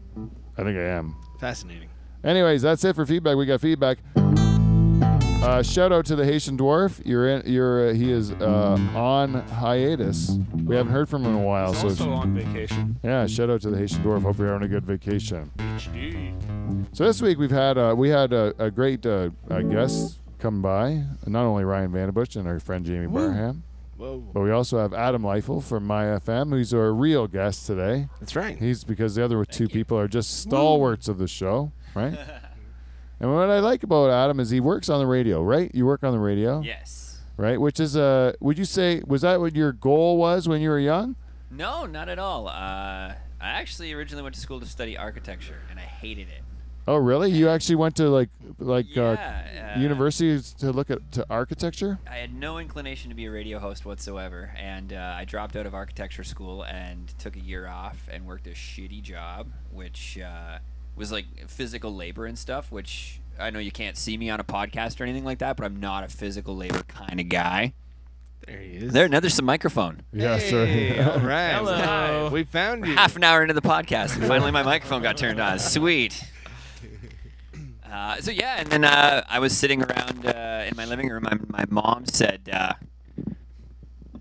I think I am.
Fascinating.
Anyways, that's it for feedback. We got feedback. Uh, shout out to the Haitian dwarf. You're in. You're. Uh, he is uh, on hiatus. We haven't heard from him in a while.
He's
So
also on vacation.
yeah, shout out to the Haitian dwarf. Hope you're having a good vacation. So this week we've had uh, we had a, a great uh, uh, guest come by. Not only Ryan Vanderbush and our friend Jamie Barham,
Whoa.
but we also have Adam Leifel from MyFM, who's our real guest today.
That's right.
He's because the other two people are just stalwarts of the show, right? and what I like about Adam is he works on the radio, right? You work on the radio,
Yes.
right? Which is uh, would you say was that what your goal was when you were young?
No, not at all. Uh, I actually originally went to school to study architecture, and I hated it.
Oh, really? You actually went to like like
Yeah,
uh,
uh,
universities to look at to architecture?
I had no inclination to be a radio host whatsoever, and uh, I dropped out of architecture school and took a year off and worked a shitty job, which uh, was like physical labor and stuff. Which I know you can't see me on a podcast or anything like that, but I'm not a physical labor kind of guy.
There he is.
There, now there's some microphone.
Yeah,
Hey,
sir.
all right.
Hello.
We found you.
Half an hour into the podcast, and finally my microphone got turned on. Sweet. Uh, so yeah, and then uh, I was sitting around uh, in my living room. and my mom said, uh,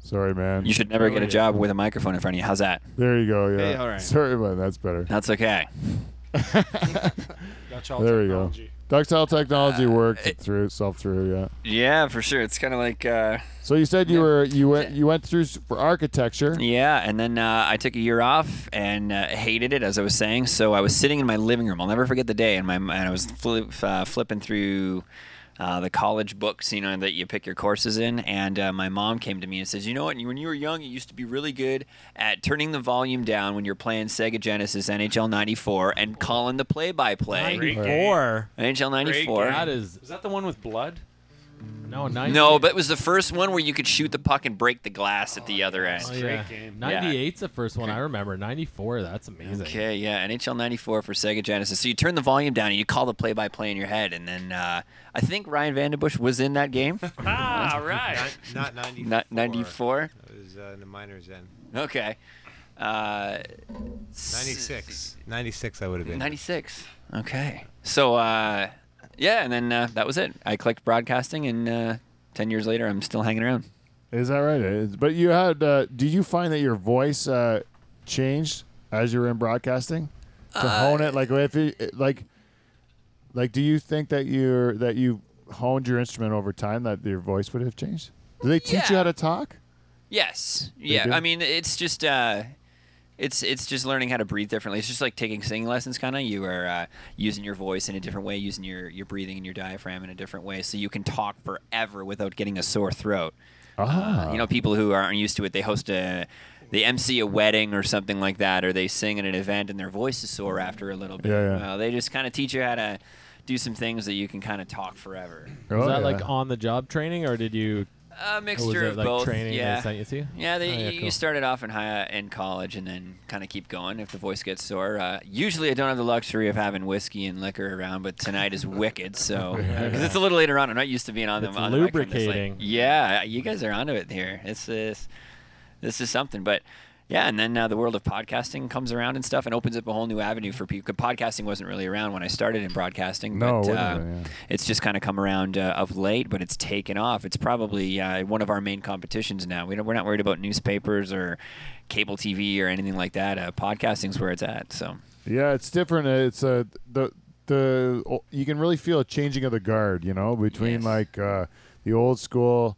Sorry, man.
"You should never get a job with a microphone in front of you." How's that?
There you go. Yeah.
Hey, all right.
Sorry, but that's better.
That's okay.
That's all
there we
technology.
go. Ductile technology
Uh,
worked
it-
through itself through. Yeah.
Yeah, for sure. It's kind of like uh,
So you said you were you went you went through s- for architecture.
yeah. And then uh, I took a year off and uh, hated it, as I was saying. So I was sitting in my living room. I'll never forget the day. And my and I was flip, uh, flipping through. Uh, the college books, you know, that you pick your courses in, and uh, my mom came to me and says, "You know what? When you were young, you used to be really good at turning the volume down when you're playing Sega Genesis NHL '94 and calling the play-by-play."
Four.
NHL
That
'94.
is
Is that the one with blood?
no ninety.
No, but it was the first one where you could shoot the puck and break the glass at the other end.
Oh, yeah.
game.
98's the first one I remember. 94, that's amazing.
Okay, yeah, NHL '94 for Sega Genesis. So you turn the volume down and you call the play-by-play in your head, and then uh, I think Ryan Vandenbush was in that game,
Ah, right.
Not 94.
not '94.
It was uh, in the minors then.
Okay, uh, s-
96. 96 I would have been.
'96. Okay, so uh, yeah, and then uh, that was it. I clicked broadcasting, and uh, ten years later, I'm still hanging around.
Is that right? It is- But you had. Uh, did you find that your voice uh, changed as you were in broadcasting to hone it? Like if you eh, like, like, do you think that you're that you honed your instrument over time that your voice would have changed? Do they teach you
Yeah.
how to talk?
Yes. Yeah.
do?
I mean, it's just uh, it's it's just learning how to breathe differently. It's just like taking singing lessons, kind of. You are uh, using your voice in a different way, using your your breathing and your diaphragm in a different way, so you can talk forever without getting a sore throat. Uh,
Ah,
You know, people who aren't used to it, they host a they MC a wedding or something like that, or they sing at an event and their voice is sore after a little bit.
Yeah, yeah.
Uh, they just kind of teach you how to do some things that you can kind of talk forever.
Was
Oh,
that like
yeah.
on the job training or did you
A
or was
mixture
it
of
like
both.
training
yeah.
they sent you to?
Yeah, they,
Oh, yeah,
you
cool.
started off in high uh, in college and then kind of keep going if the voice gets sore. Uh, usually, I don't have the luxury of having whiskey and liquor around, but tonight is wicked. So because it's a little later on, I'm not used to being on
It's
the on the microphone this late.
lubricating.
Yeah, you guys are onto it here. It's this this is something, but. Yeah, and then uh, the world of podcasting comes around and stuff, and opens up a whole new avenue for people. 'Cause Podcasting wasn't really around when I started in broadcasting.
No,
but,
it
uh,
wouldn't have been, yeah.
it's just kind of come around uh, of late, but it's taken off. It's probably uh, one of our main competitions now. We don't, we're not worried about newspapers or cable TV or anything like that. Uh, podcasting's where it's at. So
Yeah, it's different. It's uh, the the o- you can really feel a changing of the guard, you know, between
Yes.
like uh, the old school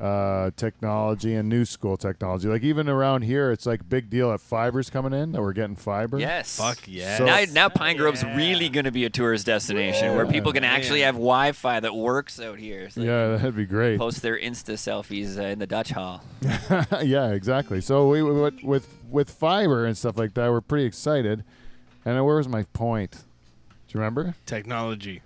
uh, technology and new school technology. Like even around here, it's like big deal that fiber's coming in that we're getting fiber.
yes,
Fuck yeah.
So-
Now, now Pine Grove's really going to be a tourist destination where people can actually have Wi-Fi that works out here. So they
Yeah, that'd be great.
Post their Insta selfies uh, in the Dutch Hall.
yeah, exactly. So we we- with with with fiber and stuff like that, we're pretty excited. And uh, where was my point? Do you remember
Technology.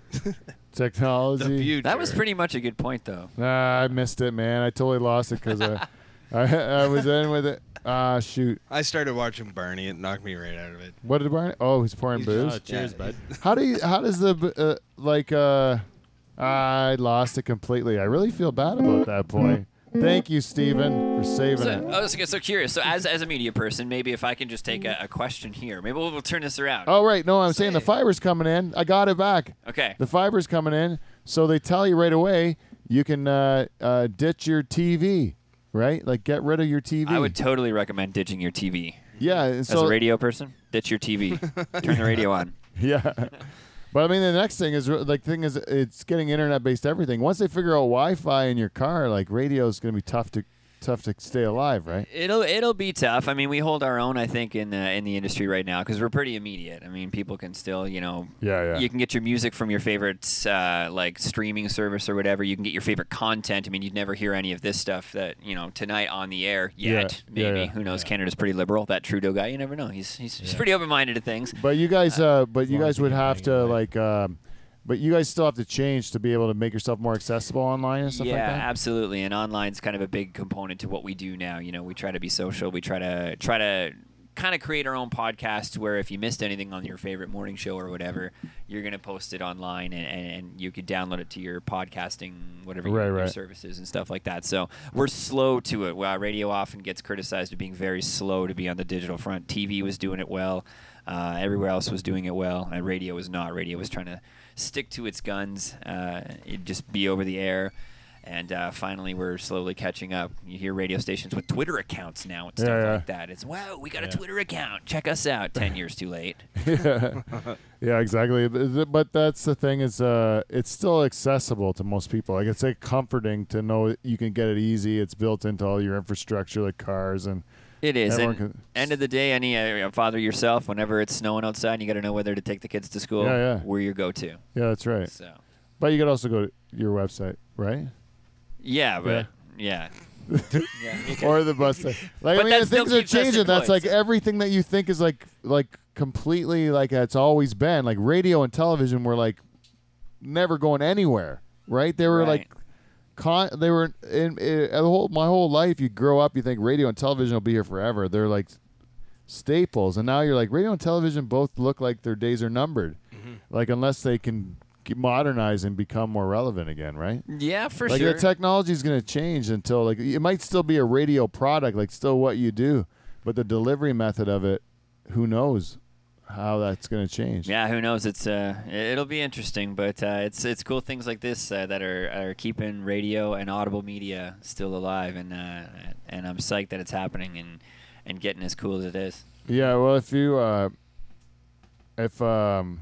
technology?
The future.
That was pretty much a good point, though.
Nah, I missed it, man. I totally lost it because I, I I was in with it. Ah, shoot.
I started watching Barney. It knocked me right out of it.
What did Brian? Oh, he's pouring booze.
Oh, cheers, bud.
How do you? How does the uh, like? uh I lost it completely. I really feel bad about that boy. Thank you, Steven, for saving
So,
it.
I was so curious. So, as, as a media person, maybe if I can just take a, a question here, maybe we'll, we'll turn this around.
Oh right, no, I'm saying the fiber's coming in. I got it back.
Okay.
The fiber's coming in, so they tell you right away you can uh, uh, ditch your TV, right? Like get rid of your TV.
I would totally recommend ditching your TV.
yeah, and
As
so
a radio person, ditch your TV. Turn the radio on.
Yeah. But I mean, the next thing is like thing is it's getting internet based everything. Once they figure out Wi-Fi in your car, like radio is going to be tough to tough to stay alive, right?
It'll it'll be tough. I mean, we hold our own, I think, in the in the industry right now because we're pretty immediate. I mean, people can still, you know,
Yeah, yeah.
you can get your music from your favorite uh, like streaming service or whatever. You can get your favorite content. I mean, you'd never hear any of this stuff that you know tonight on the air
Yeah,
yet.
yeah,
Maybe
yeah.
who knows? Canada's pretty liberal. That Trudeau guy, you never know. He's he's, he's pretty open minded to things.
But you guys, uh, but you guys would have to like, um, but you guys still have to change to be able to make yourself more accessible online and stuff
yeah,
like that.
absolutely. And online's kind of a big component to what we do now. You know, we try to be social. We try to try to kind of create our own podcast where if you missed anything on your favorite morning show or whatever, you're gonna post it online and, and, and you could download it to your podcasting whatever your,
Right,
your
right.
services and stuff like that. So we're slow to it. Well, radio often gets criticized of being very slow to be on the digital front. TV was doing it well. Uh, everywhere else was doing it well, and radio was not. Radio was trying to stick to its guns. Uh, it'd just be over the air. And uh, finally, we're slowly catching up. You hear radio stations with Twitter accounts now and
Yeah,
stuff
yeah.
like that. It's wow, we got a Twitter account. Check us out. Ten years too late.
yeah. yeah, exactly. Th- th- But that's the thing is, uh, it's still accessible to most people. Like it's like comforting to know that you can get it easy. It's built into all your infrastructure, like cars and.
It is.
everyone
And
can-
end of the day, any uh, father yourself, whenever it's snowing outside, you got to know whether to take the kids to school.
Yeah, yeah.
Where you go to.
yeah, that's right.
So.
But you could also go to your website, right?
Yeah, but yeah.
or the bus. Like
But
I mean,
that
the
still
things are
keeps us
changing. That's like
employed,
everything that you think is like like completely like it's always been. Like radio and television were like never going anywhere, right? They were like
Right.
con. They were in, in the whole my whole life. You grow up, you think radio and television will be here forever. They're like staples, and now you're like radio and television both look like their days are numbered.
Mm-hmm.
Like unless they can g- modernize and become more relevant again, right?
Yeah, for
like
sure.
the technology is going to change until like it might still be a radio product, like still what you do, but the delivery method of it, who knows how that's going to change?
Yeah, who knows? It's uh, i- it'll be interesting, but uh, it's it's cool things like this uh, that are are keeping radio and audible media still alive, and uh, and I'm psyched that it's happening and and getting as cool as it is.
Yeah, well, if you, uh, if um,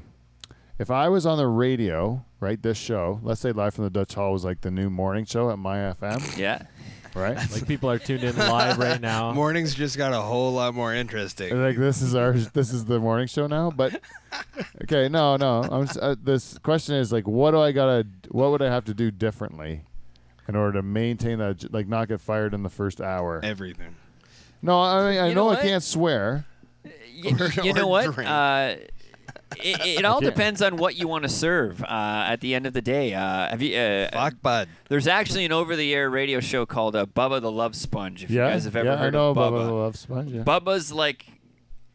if I was on the radio, right, this show, let's say live from the Dutch Hall was like the new morning show at my FM,
Yeah.
right?
Like people are tuned in live right now.
Mornings just got a whole lot more interesting.
Like this is our this is the morning show now, but okay, no, no. I'm s uh, this question is like, what do I gotta? What would I have to do differently in order to maintain that? j- Like, not get fired in the first hour.
Everything.
No, I mean I
You know
know, I
what?
can't swear.
Y- you know what? Uh, it, it all
Okay.
depends on what you want to serve. Uh, at the end of the day, uh, have you? Uh, Fuck
bud.
There's actually an over-the-air radio show called uh, Bubba the Love Sponge. If
Yeah,
you guys have ever
yeah, I
heard
know
of
Bubba
Bubba
the Love Sponge, yeah.
Bubba's like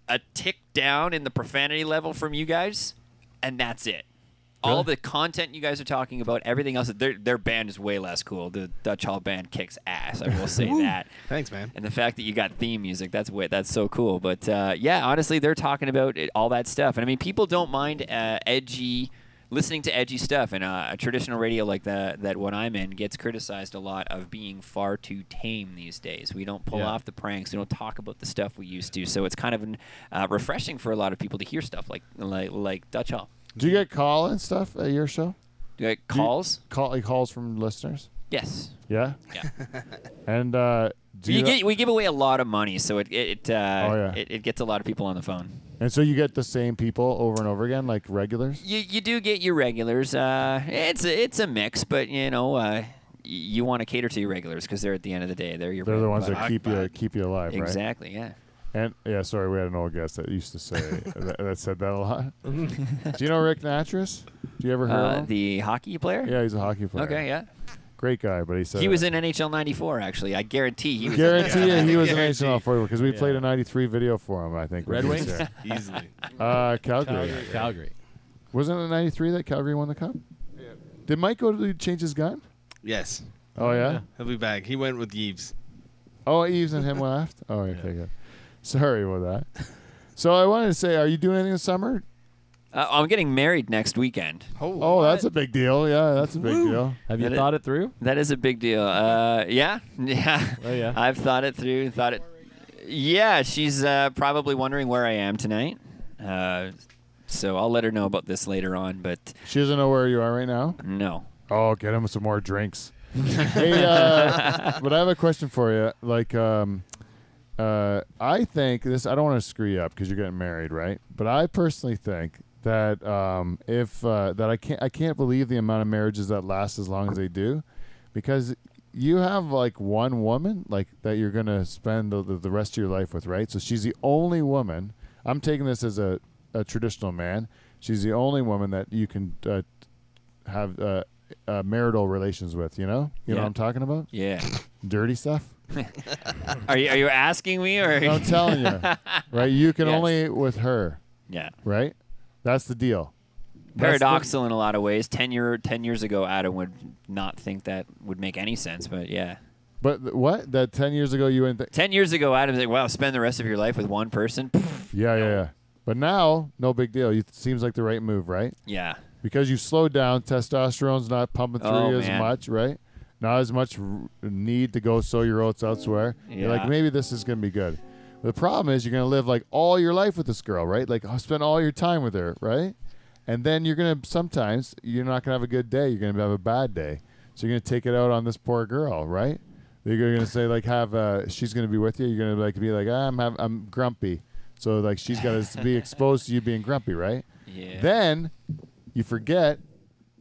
a tick down in the profanity level from you guys, and that's it. All the content you guys are talking about, everything else, their their band is way less cool. The Dutch Hall band kicks ass. I will say
Woo.
that.
Thanks, man.
And the fact that you got theme music, that's way, that's so cool. But uh, yeah, honestly, they're talking about it, all that stuff. And I mean, people don't mind uh, edgy, listening to edgy stuff. And uh, a traditional radio like that, that what I'm in, gets criticized a lot of being far too tame these days. We don't pull
Yeah.
off the pranks. We don't talk about the stuff we used to. So it's kind of an, uh, refreshing for a lot of people to hear stuff like like, like Dutch Hall.
Do you get call and stuff at your show?
Do you get
Do you-
calls?
call like calls from listeners.
Yes.
Yeah.
Yeah.
and uh, do
You
you
get, we give away a lot of money, so it it, uh,
Oh, yeah.
it it gets a lot of people on the phone.
and so you get the same people over and over again, like regulars.
You you do get your regulars. Uh, it's a, it's a mix, but you know, uh, y- you want to cater to your regulars because they're at the end of the day they're your.
They're the
bread
ones
and
that
butter.
keep you keep you alive, right?
Exactly. Yeah.
And yeah, sorry, we had an old guest that used to say that, that said that a lot. Do you know Rick Natras? Do you ever hear
Uh,
of him?
the hockey player.
Yeah, he's a hockey player.
Okay. Yeah.
Great guy, but he said
He was in NHL '94. Actually, I guarantee he was. in
guarantee
NHL.
you he was an NHL forward because we played a '93 video for him. I think when
Red
he was
Wings?
there.
Easily.
Uh, Calgary.
Calgary. Calgary.
Wasn't it '93 that Calgary won the cup? Did Mike go to change his gun?
Yes.
Oh, yeah? Yeah.
He'll be back. He went with Yves.
Oh, Eves and him left. Oh, okay, good. Sorry about that. So I wanted to say, are you doing anything this summer?
Uh, I'm getting married next weekend.
Oh, that's a big deal. Yeah, that's a big deal.
That i- That is a big deal. Uh, yeah, yeah.
Oh, yeah.
I've thought it through. Thought it. Yeah, she's uh, probably wondering where I am tonight. Uh, so I'll let her know about this later on. But
She doesn't know where you are right now.
No.
Oh, get him some more drinks. hey, uh, but I have a question for you. Like, um, uh, I think this. I don't want to screw you up because you're getting married, right? But I personally think that um, if uh, that I can't, I can't believe the amount of marriages that last as long as they do, because you have like one woman like that you're gonna spend the, the, the rest of your life with, right? So she's the only woman. I'm taking this as a, a traditional man. She's the only woman that you can uh, have uh, uh, marital relations with. You know, you know
Yeah.
what I'm talking about?
Yeah.
dirty stuff.
Are you are you asking me or?
I'm telling you, right? You can
Yes.
only with her.
Yeah.
Right. That's the deal. That's the-
Paradoxical in a lot of ways. Ten year ten years ago, Adam would not think that would make any sense, but yeah.
But th- what? That ten years ago you went. Th-
Ten years ago, Adam's like, "Wow, spend the rest of your life with one person."
yeah, yeah, yeah. But now, no big deal. It seems like the right move, right?
Yeah.
Because you slowed down, testosterone's not pumping through
Oh,
as
man.
much, right? Not as much r- need to go sow your oats elsewhere. You're like,
Yeah.
maybe this is gonna be good. The problem is you're gonna live like all your life with this girl, right? Like, oh, spend all your time with her, right? And then you're gonna sometimes you're not gonna have a good day. You're gonna have a bad day. So you're gonna take it out on this poor girl, right? You're gonna say like, have uh, she's gonna be with you. You're gonna like be like, "Ah, I'm have, I'm grumpy. So like she's gotta be exposed to you being grumpy, right?
Yeah.
Then you forget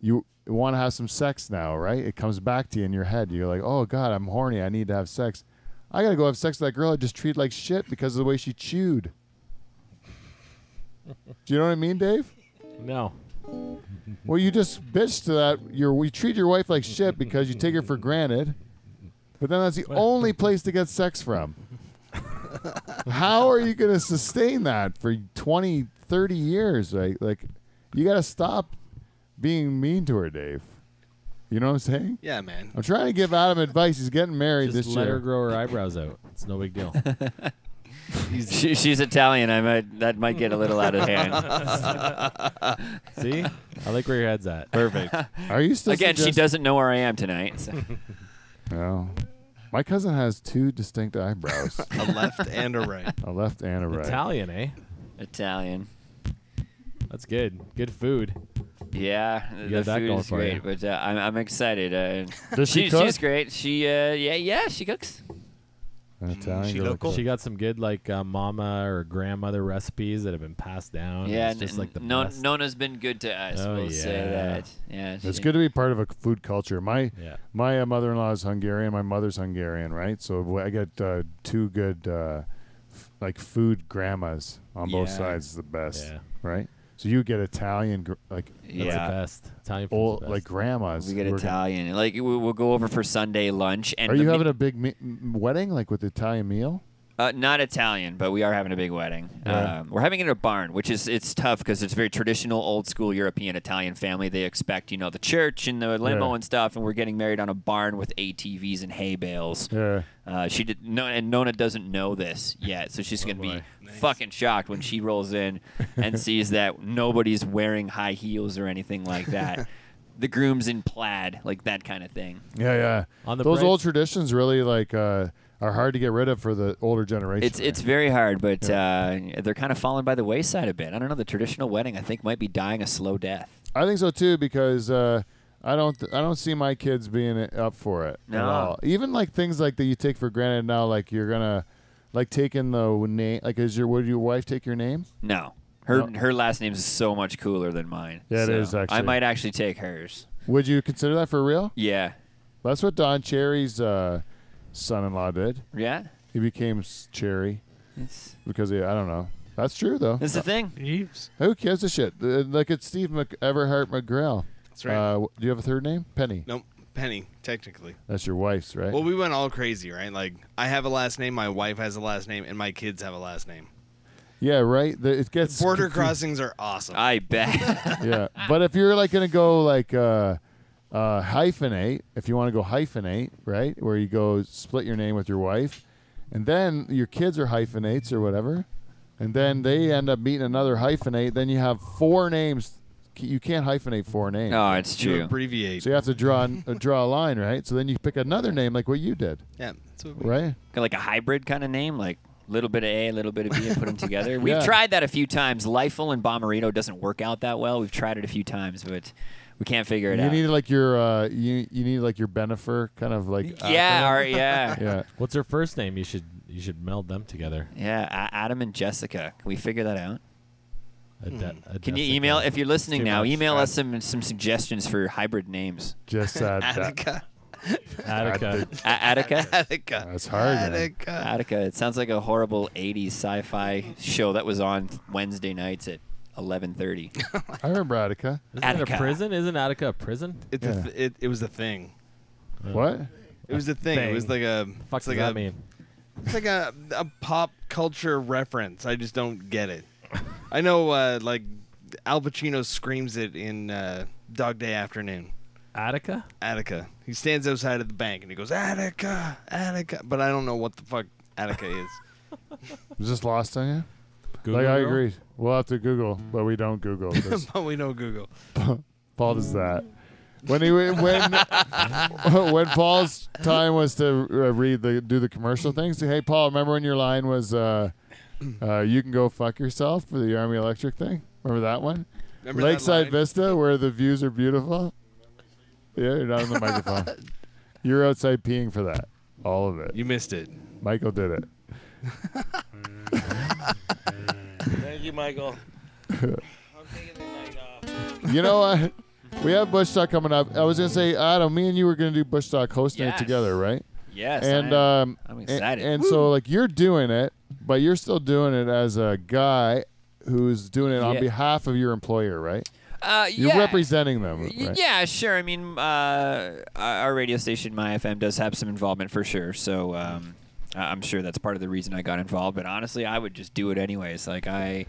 you want to have some sex now, right? It comes back to you in your head. You're like, oh god, I'm horny. I need to have sex. I gotta go have sex with that girl I just treated like shit because of the way she chewed. Do you know what I mean, Dave?
No.
Well, you just bitch to that. Your we treat your wife like shit because you take her for granted, but then that's the only place to get sex from. How are you going to sustain that for 20, 30 years? Right? Like, you got to stop being mean to her, Dave. You know what I'm saying?
Yeah, man.
I'm trying to give Adam advice. He's getting married
Just
this
let
year.
her grow her eyebrows out. It's no big deal.
She, she's Italian. I might that might get a little out of hand.
See, I like where your head's at.
Perfect.
Are you still
Again, she
suggesting-
doesn't know where I am tonight. so.
No. My cousin has two distinct eyebrows.
A left and a right.
A left and a right.
Italian, eh?
Italian.
That's good. Good food.
Yeah,
You
the
got that
food
going
is
for
great,
you.
but uh, I'm, I'm excited. Uh,
Does she
She's
cook?
great. She uh, yeah yeah she cooks.
An Italian girl cook.
She got some good like uh, mama or grandmother recipes that have been passed down. and
yeah,
it's just
n-
like the
Non-
best.
Nona's been good to us.
Oh,
we'll say
yeah.
that. Yeah,
It's
she-
good to be part of a food culture. My
Yeah.
my uh, mother-in-law is Hungarian. My mother's Hungarian, right? So w- I get uh, two good uh, f- like food grandmas on both
Yeah.
sides. Is the best,
Yeah.
right? So you get Italian, gr- like
the Yeah.
best. Italian food's
old,
the best.
like grandmas.
We get
who are-
Italian. Like we, we'll go over for Sunday lunch. And
Are
the
you
me-
having a big me- m- wedding, like with Italian meal?
Uh, not Italian, but we are having a big wedding.
Yeah.
Um, we're having it in a barn, which is it's tough because it's a very traditional, old school European Italian family. They expect you know the church and the limo
Yeah.
and stuff, and we're getting married on a barn with ATVs and hay bales.
Yeah.
Uh, she did no, and Nona doesn't know this yet, so
Oh,
she's gonna be fucking shocked when she rolls in and sees that nobody's wearing high heels or anything like that. the groom's in plaid, like that kind of thing.
Yeah, yeah.
On the
Those
bright-
old traditions really like uh, are hard to get rid of for the older generation.
It's it's very hard, but uh, they're kind of falling by the wayside a bit. I don't know. The traditional wedding, I think, might be dying a slow death.
I think so too because uh, I don't th- I don't see my kids being i- up for it at
No.
all. Even like things like that you take for granted now, like you're gonna like taking the name. Like, is your would your wife take your name?
No, her
No.
her last name is so much cooler than mine.
Yeah, it
so
is, actually.
I might actually take hers.
Would you consider that for real?
Yeah,
That's what Don Cherry's uh, son-in-law did.
yeah.
He became S- Cherry because he, I don't know. That's true though.
That's the thing.
Who gives a shit? Uh, Look at Steve Mc- Everhart McGrail. That's
right.
Uh, w- do you have a third name? Penny.
Nope. Penny, technically.
That's your wife's, right?
Well, we went all crazy, right? Like, I have a last name, my wife has a last name, and my kids have a last name.
yeah, right. The, it gets
Border
confused.
crossings are awesome.
I bet.
yeah. But if you're like gonna go like uh, uh, hyphenate, if you want to go hyphenate, right, where you go split your name with your wife, and then your kids are hyphenates or whatever, and then they end up meeting another hyphenate, then you have four names. C- You can't hyphenate four names.
No, Oh, it's
You
true.
abbreviate.
So you have to draw an- uh, draw a line, right? So then you pick another name, like what you did,
yeah. That's what we-
right?
Got like a hybrid kind of name, like a little bit of A, a little bit of B, and put them together. We've
Yeah.
tried that a few times. Lifel and Bomarito doesn't work out that well. We've tried it a few times, but We can't figure it
you
out.
need like your uh, you you need like your Benefer kind of like
yeah,
acronym.
or yeah.
yeah.
What's her first name? You should you should meld them together.
Yeah, A- Adam and Jessica. Can we figure that out?
Ade- Ade-
Can you email if you're listening
Too
now?
much.
Email us some some suggestions for hybrid names.
Just add that.
Attica.
Attica.
A- Attica.
Attica.
That's hard. man.
Attica.
Attica. It sounds like a horrible '80s sci-fi show that was on Wednesday nights at 11:30.
I remember Attica.
Isn't it
Attica.
a prison? Isn't Attica a prison?
It's a
Yeah.
th- it, it was the thing.
What?
It was the thing. It was like
Thing.
a
Fuck
it's like
does that
a
mean?
it's like a, a pop culture reference. I just don't get it. I know uh, like Al Pacino screams it in uh, Dog Day Afternoon.
Attica.
Attica. He stands outside of the bank and he goes Attica, Attica, but I don't know what the fuck Attica is.
Was this lost on you?
Google
like I
girl?
agree. We'll have to Google, but we don't Google. 'cause
but we know Google.
Paul does that. When he when when Paul's time was to uh, read the do the commercial things. Hey Paul, remember when your line was uh, uh, "You can go fuck yourself" for the Army Electric thing? Remember that one?
Remember that
Lakeside
line?
Vista, where the views are beautiful. Yeah, you're not on the microphone. You're outside peeing for that. All of it.
You missed it.
Michael did it.
Mm-hmm. Thank you, Michael.
You know what? We have Bush Talk coming up. I was gonna say, Adam, me and you were gonna do Bush Talk hosting
Yes.
it together, right?
Yes.
and
I-
um,
I'm
a-
excited.
And, so, like, you're doing it, but you're still doing it as a guy who's doing it on
Yeah.
behalf of your employer, right?
uh,
You're
yeah.
representing them.
Y-
Right?
Yeah, sure. I mean, uh, our radio station, My FM, does have some involvement for sure. So um, I- I'm sure that's part of the reason I got involved. But honestly, I would just do it anyways. Like I,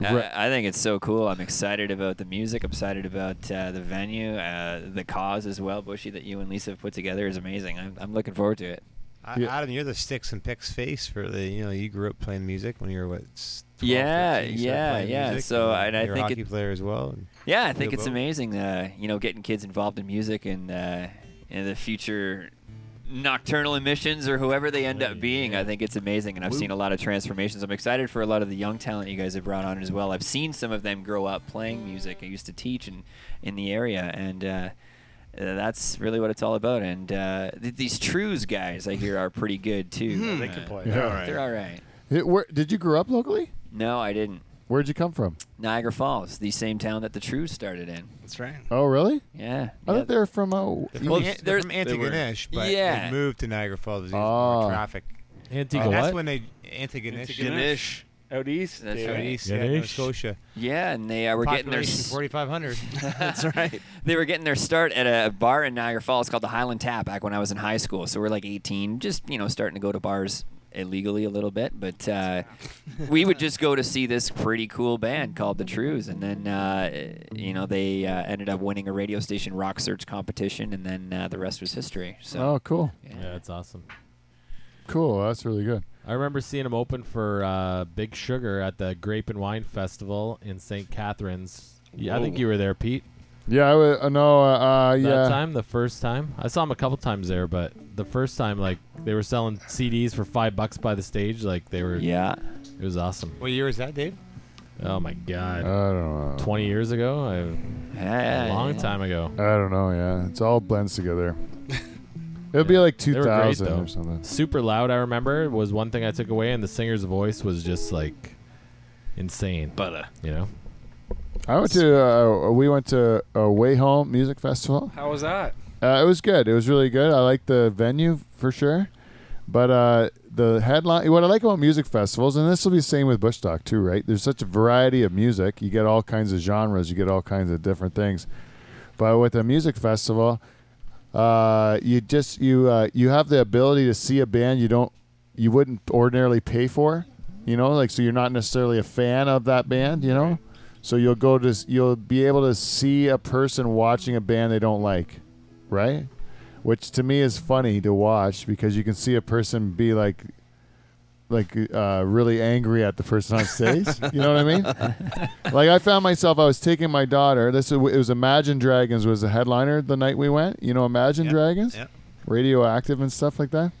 Right.
I, I think it's so cool. I'm excited about the music. I'm excited about uh, the venue, uh, the cause as well. Bushy that you and Lisa have put together is amazing. I'm, I'm looking forward to it.
I,
Yeah.
Adam, you're the sticks and picks face for the you know you grew up playing music when you were what? s- 12,
Yeah,
13, you started
yeah,
playing
yeah.
music,
So, and I
you're a
think it-
hockey player as well. and
Yeah, I
you're
think
a
it's
boat.
amazing. Uh, you know, getting kids involved in music and uh, and the future nocturnal emissions or whoever they end up being. I think it's amazing, and I've seen a lot of transformations. I'm excited for a lot of the young talent you guys have brought on as well. I've seen some of them grow up playing music. I used to teach in in the area, and. Uh, uh, that's really what it's all about, and uh, th- these Trues guys I hear are pretty good too.
Hmm.
They
can
play.
Yeah.
They're all right.
It- where, did you grow up locally?
No, I didn't.
Where'd you come from?
Niagara Falls, the same town that the Trues started in.
That's right.
Oh, really?
Yeah.
I
yeah.
thought they were from oh,
They're from,
Well,
An-
there-
they're from
they were-
Antigonish, but
Yeah.
they moved to Niagara Falls because
Oh.
more traffic.
Antigua
and
what?
Oh, that's when they Antigonish,
Ganesh.
Out east.
That's
out
right.
east, yeah, Nova
Ganesh.
Scotia.
Yeah, and they uh, were getting their
Population 4,500.
s-
That's right.
they were getting their start at a bar in Niagara Falls called the Highland Tap back when I was in high school. So we're like 18, just you know, starting to go to bars illegally a little bit, but uh, we would just go to see this pretty cool band called the Trues, and then uh, you know they uh, ended up winning a radio station rock search competition, and then uh, the rest was history. So
Oh, cool,
Yeah, that's awesome.
cool. That's really good.
I remember seeing him open for uh, Big Sugar at the Grape and Wine Festival in St. Catharines. Yeah, I think you were there, Pete.
Yeah, I was. Uh, no, uh, uh,
That
yeah.
time, the first time, I saw him a couple times there, but the first time, like they were selling CDs for five bucks by the stage. Like they were,
yeah,
it was awesome.
What year is that, Dave?
Oh my god,
I don't know.
twenty years ago, I,
yeah
a long time ago.
I don't know. Yeah, it's all blends together. It'll be like
They were great
2000
though.
or something.
Super loud. I remember was one thing I took away, and the singer's voice was just like insane.
uh,
Butter.
You know,
I went to uh, we went to a Way Home Music Festival.
How was that?
Uh, it was good. It was really good. I liked the venue for sure. But uh, the headline, what I like about music festivals, and this will be the same with Bush Talk too, right? There's such a variety of music. You get all kinds of genres. You get all kinds of different things. But with a music festival, uh, you just you uh, you have the ability to see a band you don't you wouldn't ordinarily pay for, you know, like so you're not necessarily a fan of that band, you know. So you'll go to s- you'll be able to see a person watching a band they don't like, right? Which to me is funny to watch because you can see a person be like like uh, really angry at the person on stage. you know what I mean? like I found myself I was taking my daughter. This is, it was Imagine Dragons was the headliner the night we went. You know Imagine Dragons,
yeah.
radioactive and stuff like that.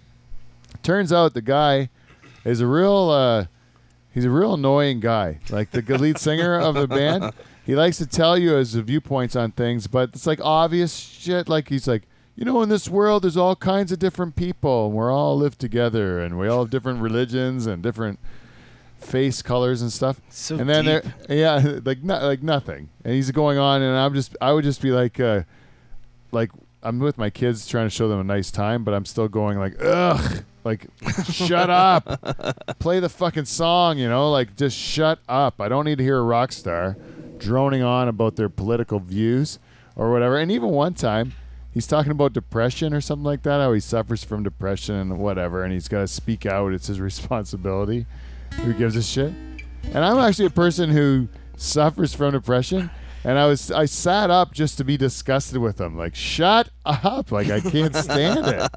Turns out the guy is a real uh, he's a real annoying guy. Like the lead singer of the band he likes to tell you his viewpoints on things, but it's like obvious shit. Like he's like, you know, in this world, there's all kinds of different people, and we're all live together, and we all have different religions and different face colors and stuff.
So
and then
deep.
there, yeah, like not like nothing. And he's going on, and I'm just, I would just be like, uh, like I'm with my kids trying to show them a nice time, but I'm still going like, ugh, like shut up, play the fucking song, you know, like just shut up. I don't need to hear a rock star droning on about their political views or whatever. And even one time, he's talking about depression or something like that, how he suffers from depression and whatever, and he's got to speak out. It's his responsibility. Who gives a shit? And I'm actually a person who suffers from depression. And I was I sat up just to be disgusted with him. Like, shut up. Like I can't stand it.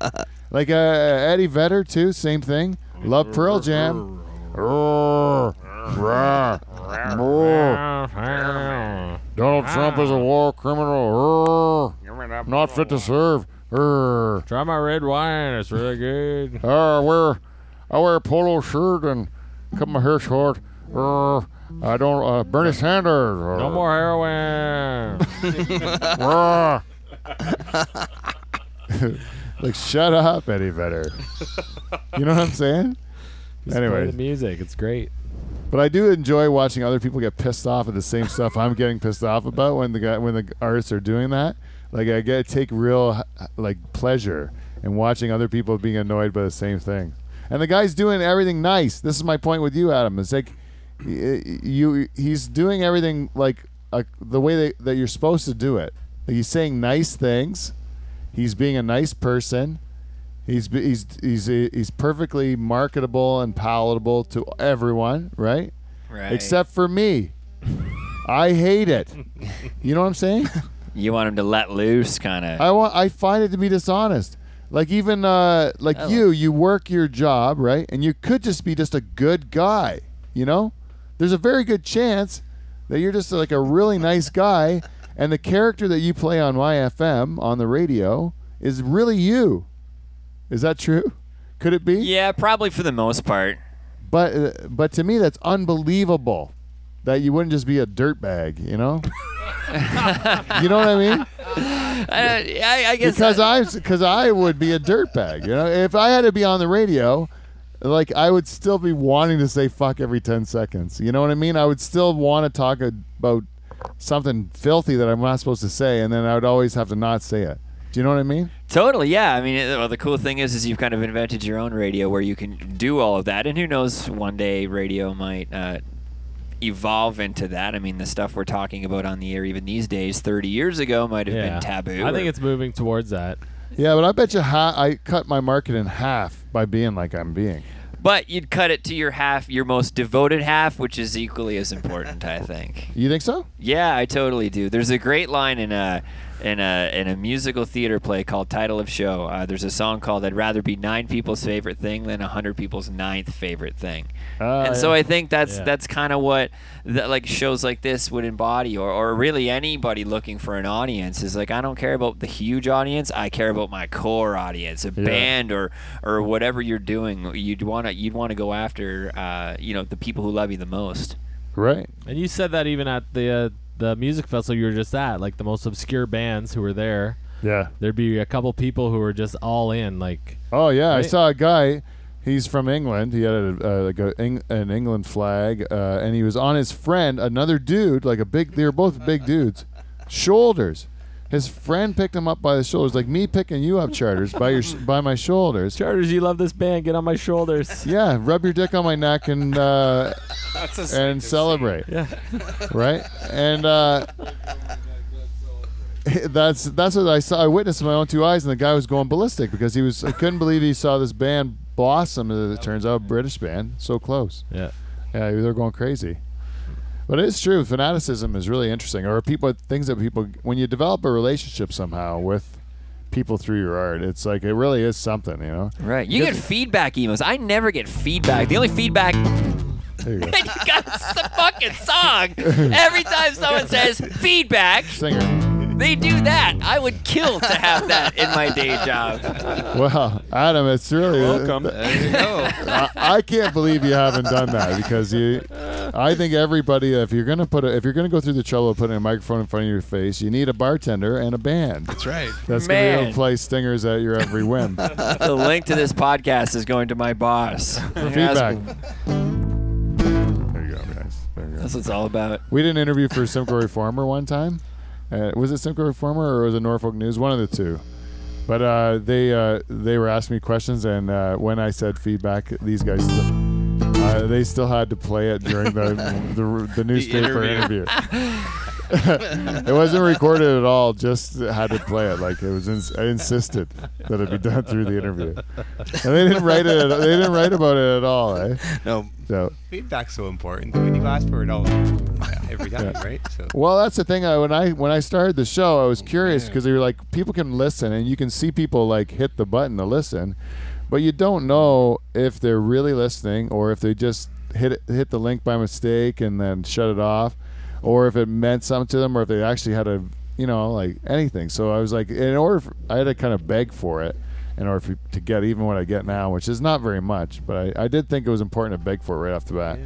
Like uh, Eddie Vedder too, same thing. Love Pearl Jam. Donald Trump is a war criminal. Not fit to serve.
Try my red wine. It's really good.
Uh, I wear I wear a polo shirt and cut my hair short. Uh, I don't. Uh, Bernie Sanders. Uh,
No more heroin.
Uh. like shut up, Eddie Vedder. You know what I'm saying?
Just play
Anyway,
the music. It's great.
but I do enjoy watching other people get pissed off at the same stuff I'm getting pissed off about when the guy, when the artists are doing that. Like I get take real like pleasure in watching other people being annoyed by the same thing. And the guy's doing everything nice. This is my point with you, Adam. It's like y- y- you he's doing everything like uh, the way that, that you're supposed to do it. He's saying nice things. He's being a nice person. He's he's he's uh, he's perfectly marketable and palatable to everyone, right?
Right.
Except for me. I hate it. You know what I'm saying?
You want him to let loose, kind of.
I want I find it to be dishonest. Like even uh like
I
you, you work your job, right? And you could just be just a good guy, you know? There's a very good chance that you're just like a really nice guy and the character that you play on YFM on the radio is really you. Is that true? Could it be?
Yeah, probably for the most part.
But uh, but to me, that's unbelievable that you wouldn't just be a dirtbag, you know? you know what I mean?
I, Uh, I, I guess
Because I because I would be a dirtbag, you know. If I had to be on the radio, like I would still be wanting to say fuck every ten seconds. You know what I mean? I would still want to talk about something filthy that I'm not supposed to say, and then I would always have to not say it. Do you know what I mean?
Totally, yeah. I mean, it- well, the cool thing is, is you've kind of invented your own radio where you can do all of that, and who knows, one day radio might uh, evolve into that. I mean, the stuff we're talking about on the air, even these days, 30 years ago, might have
Yeah.
been taboo.
I think it's moving towards that.
Yeah, but I bet you ha- I cut my market in half by being like I'm being.
but you'd cut it to your half, your most devoted half, which is equally as important, I think.
You think so?
Yeah, I totally do. There's a great line in a in a in a musical theater play called Title of Show. Uh, there's a song called "I'd rather be nine people's favorite thing than a hundred people's ninth favorite thing,"
Ah,
and so
yeah.
I think that's
Yeah.
that's kind of what that like shows like this would embody, or or really anybody looking for an audience is like, I don't care about the huge audience. I care about my core audience, a
Yeah.
band or or whatever you're doing. You'd wanna you'd wanna go after uh, you know the people who love you the most.
Right.
And you said that even at the uh, the music festival you were just at, like the most obscure bands who were there.
Yeah.
There'd be a couple people who were just all in, like
Oh yeah, I
Right?
saw a guy. He's from England. He had a, uh, like a Eng- an England flag, uh, and he was on his friend, another dude, like a big. They were both big dudes, shoulders. His friend picked him up by the shoulders, like me picking you up, charters, by your sh- by my shoulders.
Charters, you love this band. Get on my shoulders.
Yeah, rub your dick on my neck and uh,
That's a sight to
and
see.
celebrate.
Yeah.
right. And uh, that's that's what I saw. I witnessed with my own two eyes, and the guy was going ballistic because he was. I couldn't believe he saw this band blossom. As it turns out, British band, so close.
Yeah.
Yeah, they're going crazy. But it's true. Fanaticism is really interesting, or people things that people when you develop a relationship somehow with people through your art, it's like it really is something, you know.
Right. You get feedback emails. I never get feedback. The only feedback.
There you go.
That's the fucking song. Every time someone says feedback,
Singer.
They do that. I would kill to have that in my day job.
Well, Adam, it's really uh,
Welcome.
There you go.
I, I can't believe you haven't done that because you. I think everybody, if you're gonna put a, if you're gonna go through the trouble of putting a microphone in front of your face, you need a bartender and a band.
That's right.
That's gonna be able
Man.
to play stingers at your every whim.
the link to this podcast is going to my boss.
Feedback. There you go, guys. There you go.
That's what it's all about.
We did an interview for Simcoe Reformer one time. Uh, was it Simcoe Reformer or was it Norfolk News? One of the two. But uh, they uh, they were asking me questions, and uh, when I said feedback, these guys st- uh, they still had to play it during the the, the newspaper
interview.
interview. it wasn't recorded at all; just had to play it. Like it was, ins- I insisted that it be done through the interview, and they didn't write it. At- they didn't write about it at all. Eh?
No.
So.
Feedback's so important. We do ask for it all every time,
Yeah.
right? So
Well, that's the thing. I, when I when I started the show, I was curious because they were like, people can listen, and you can see people like hit the button to listen, but you don't know if they're really listening or if they just hit it, hit the link by mistake and then shut it off, or if it meant something to them, or if they actually had a you know like anything. So I was like, in order, for, I had to kind of beg for it. In order for, to get even what I get now, which is not very much, but I, I did think it was important to beg for it right off the bat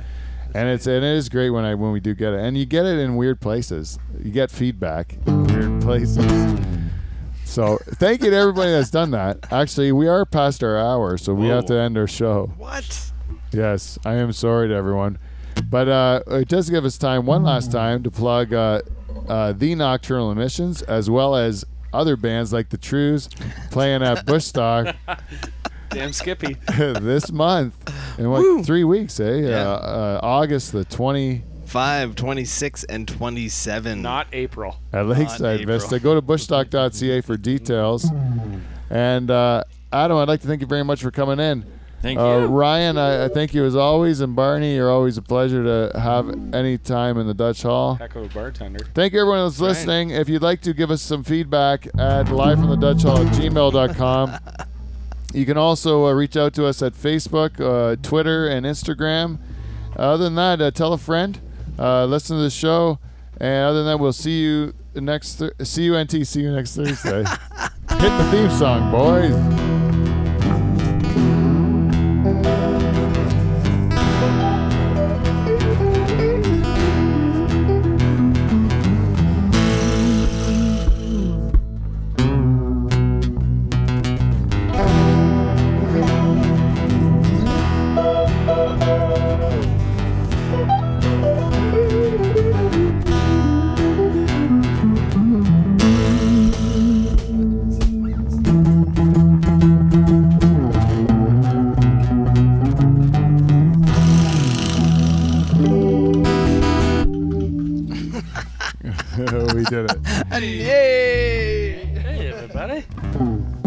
and it's and it is great when I when we do get it, and you get it in weird places. You get feedback, in weird places. So thank you to everybody that's done that. Actually, we are past our hour, so we have to end our show.
what?
Yes, I am sorry to everyone, but uh, it does give us time one last time to plug uh, uh, the Nocturnal Emissions as well as other bands like the Trues playing at Bushstock
Damn Skippy.
this month in what, three weeks, eh? Uh, uh, August the twenty.
5, 26, and 27.
Not April.
at Lakeside
April.
Vista. Go to bushstock.ca for details. And uh, Adam, I'd like to thank you very much for coming in.
Thank
Uh,
you.
Ryan, I, I thank you as always. And Barney, you're always a pleasure to have any time in the Dutch Hall.
Echo bartender.
Thank you, everyone that's listening. If you'd like to give us some feedback at live from the Dutch Hall at gmail.com. You can also uh, reach out to us at Facebook, uh, Twitter, and Instagram. Other than that, uh, tell a friend, uh, listen to the show, and other than that, we'll see you next. Th- see you NT. See you next Thursday. Hit the theme song, boys. we did it.
Yay!
Hey, everybody.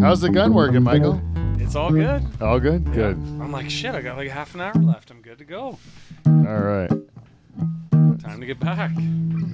How's the gun working, Michael?
It's all good.
All good. Good.
I'm like, shit, I got like half an hour left. I'm good to go.
All right.
Time to get back.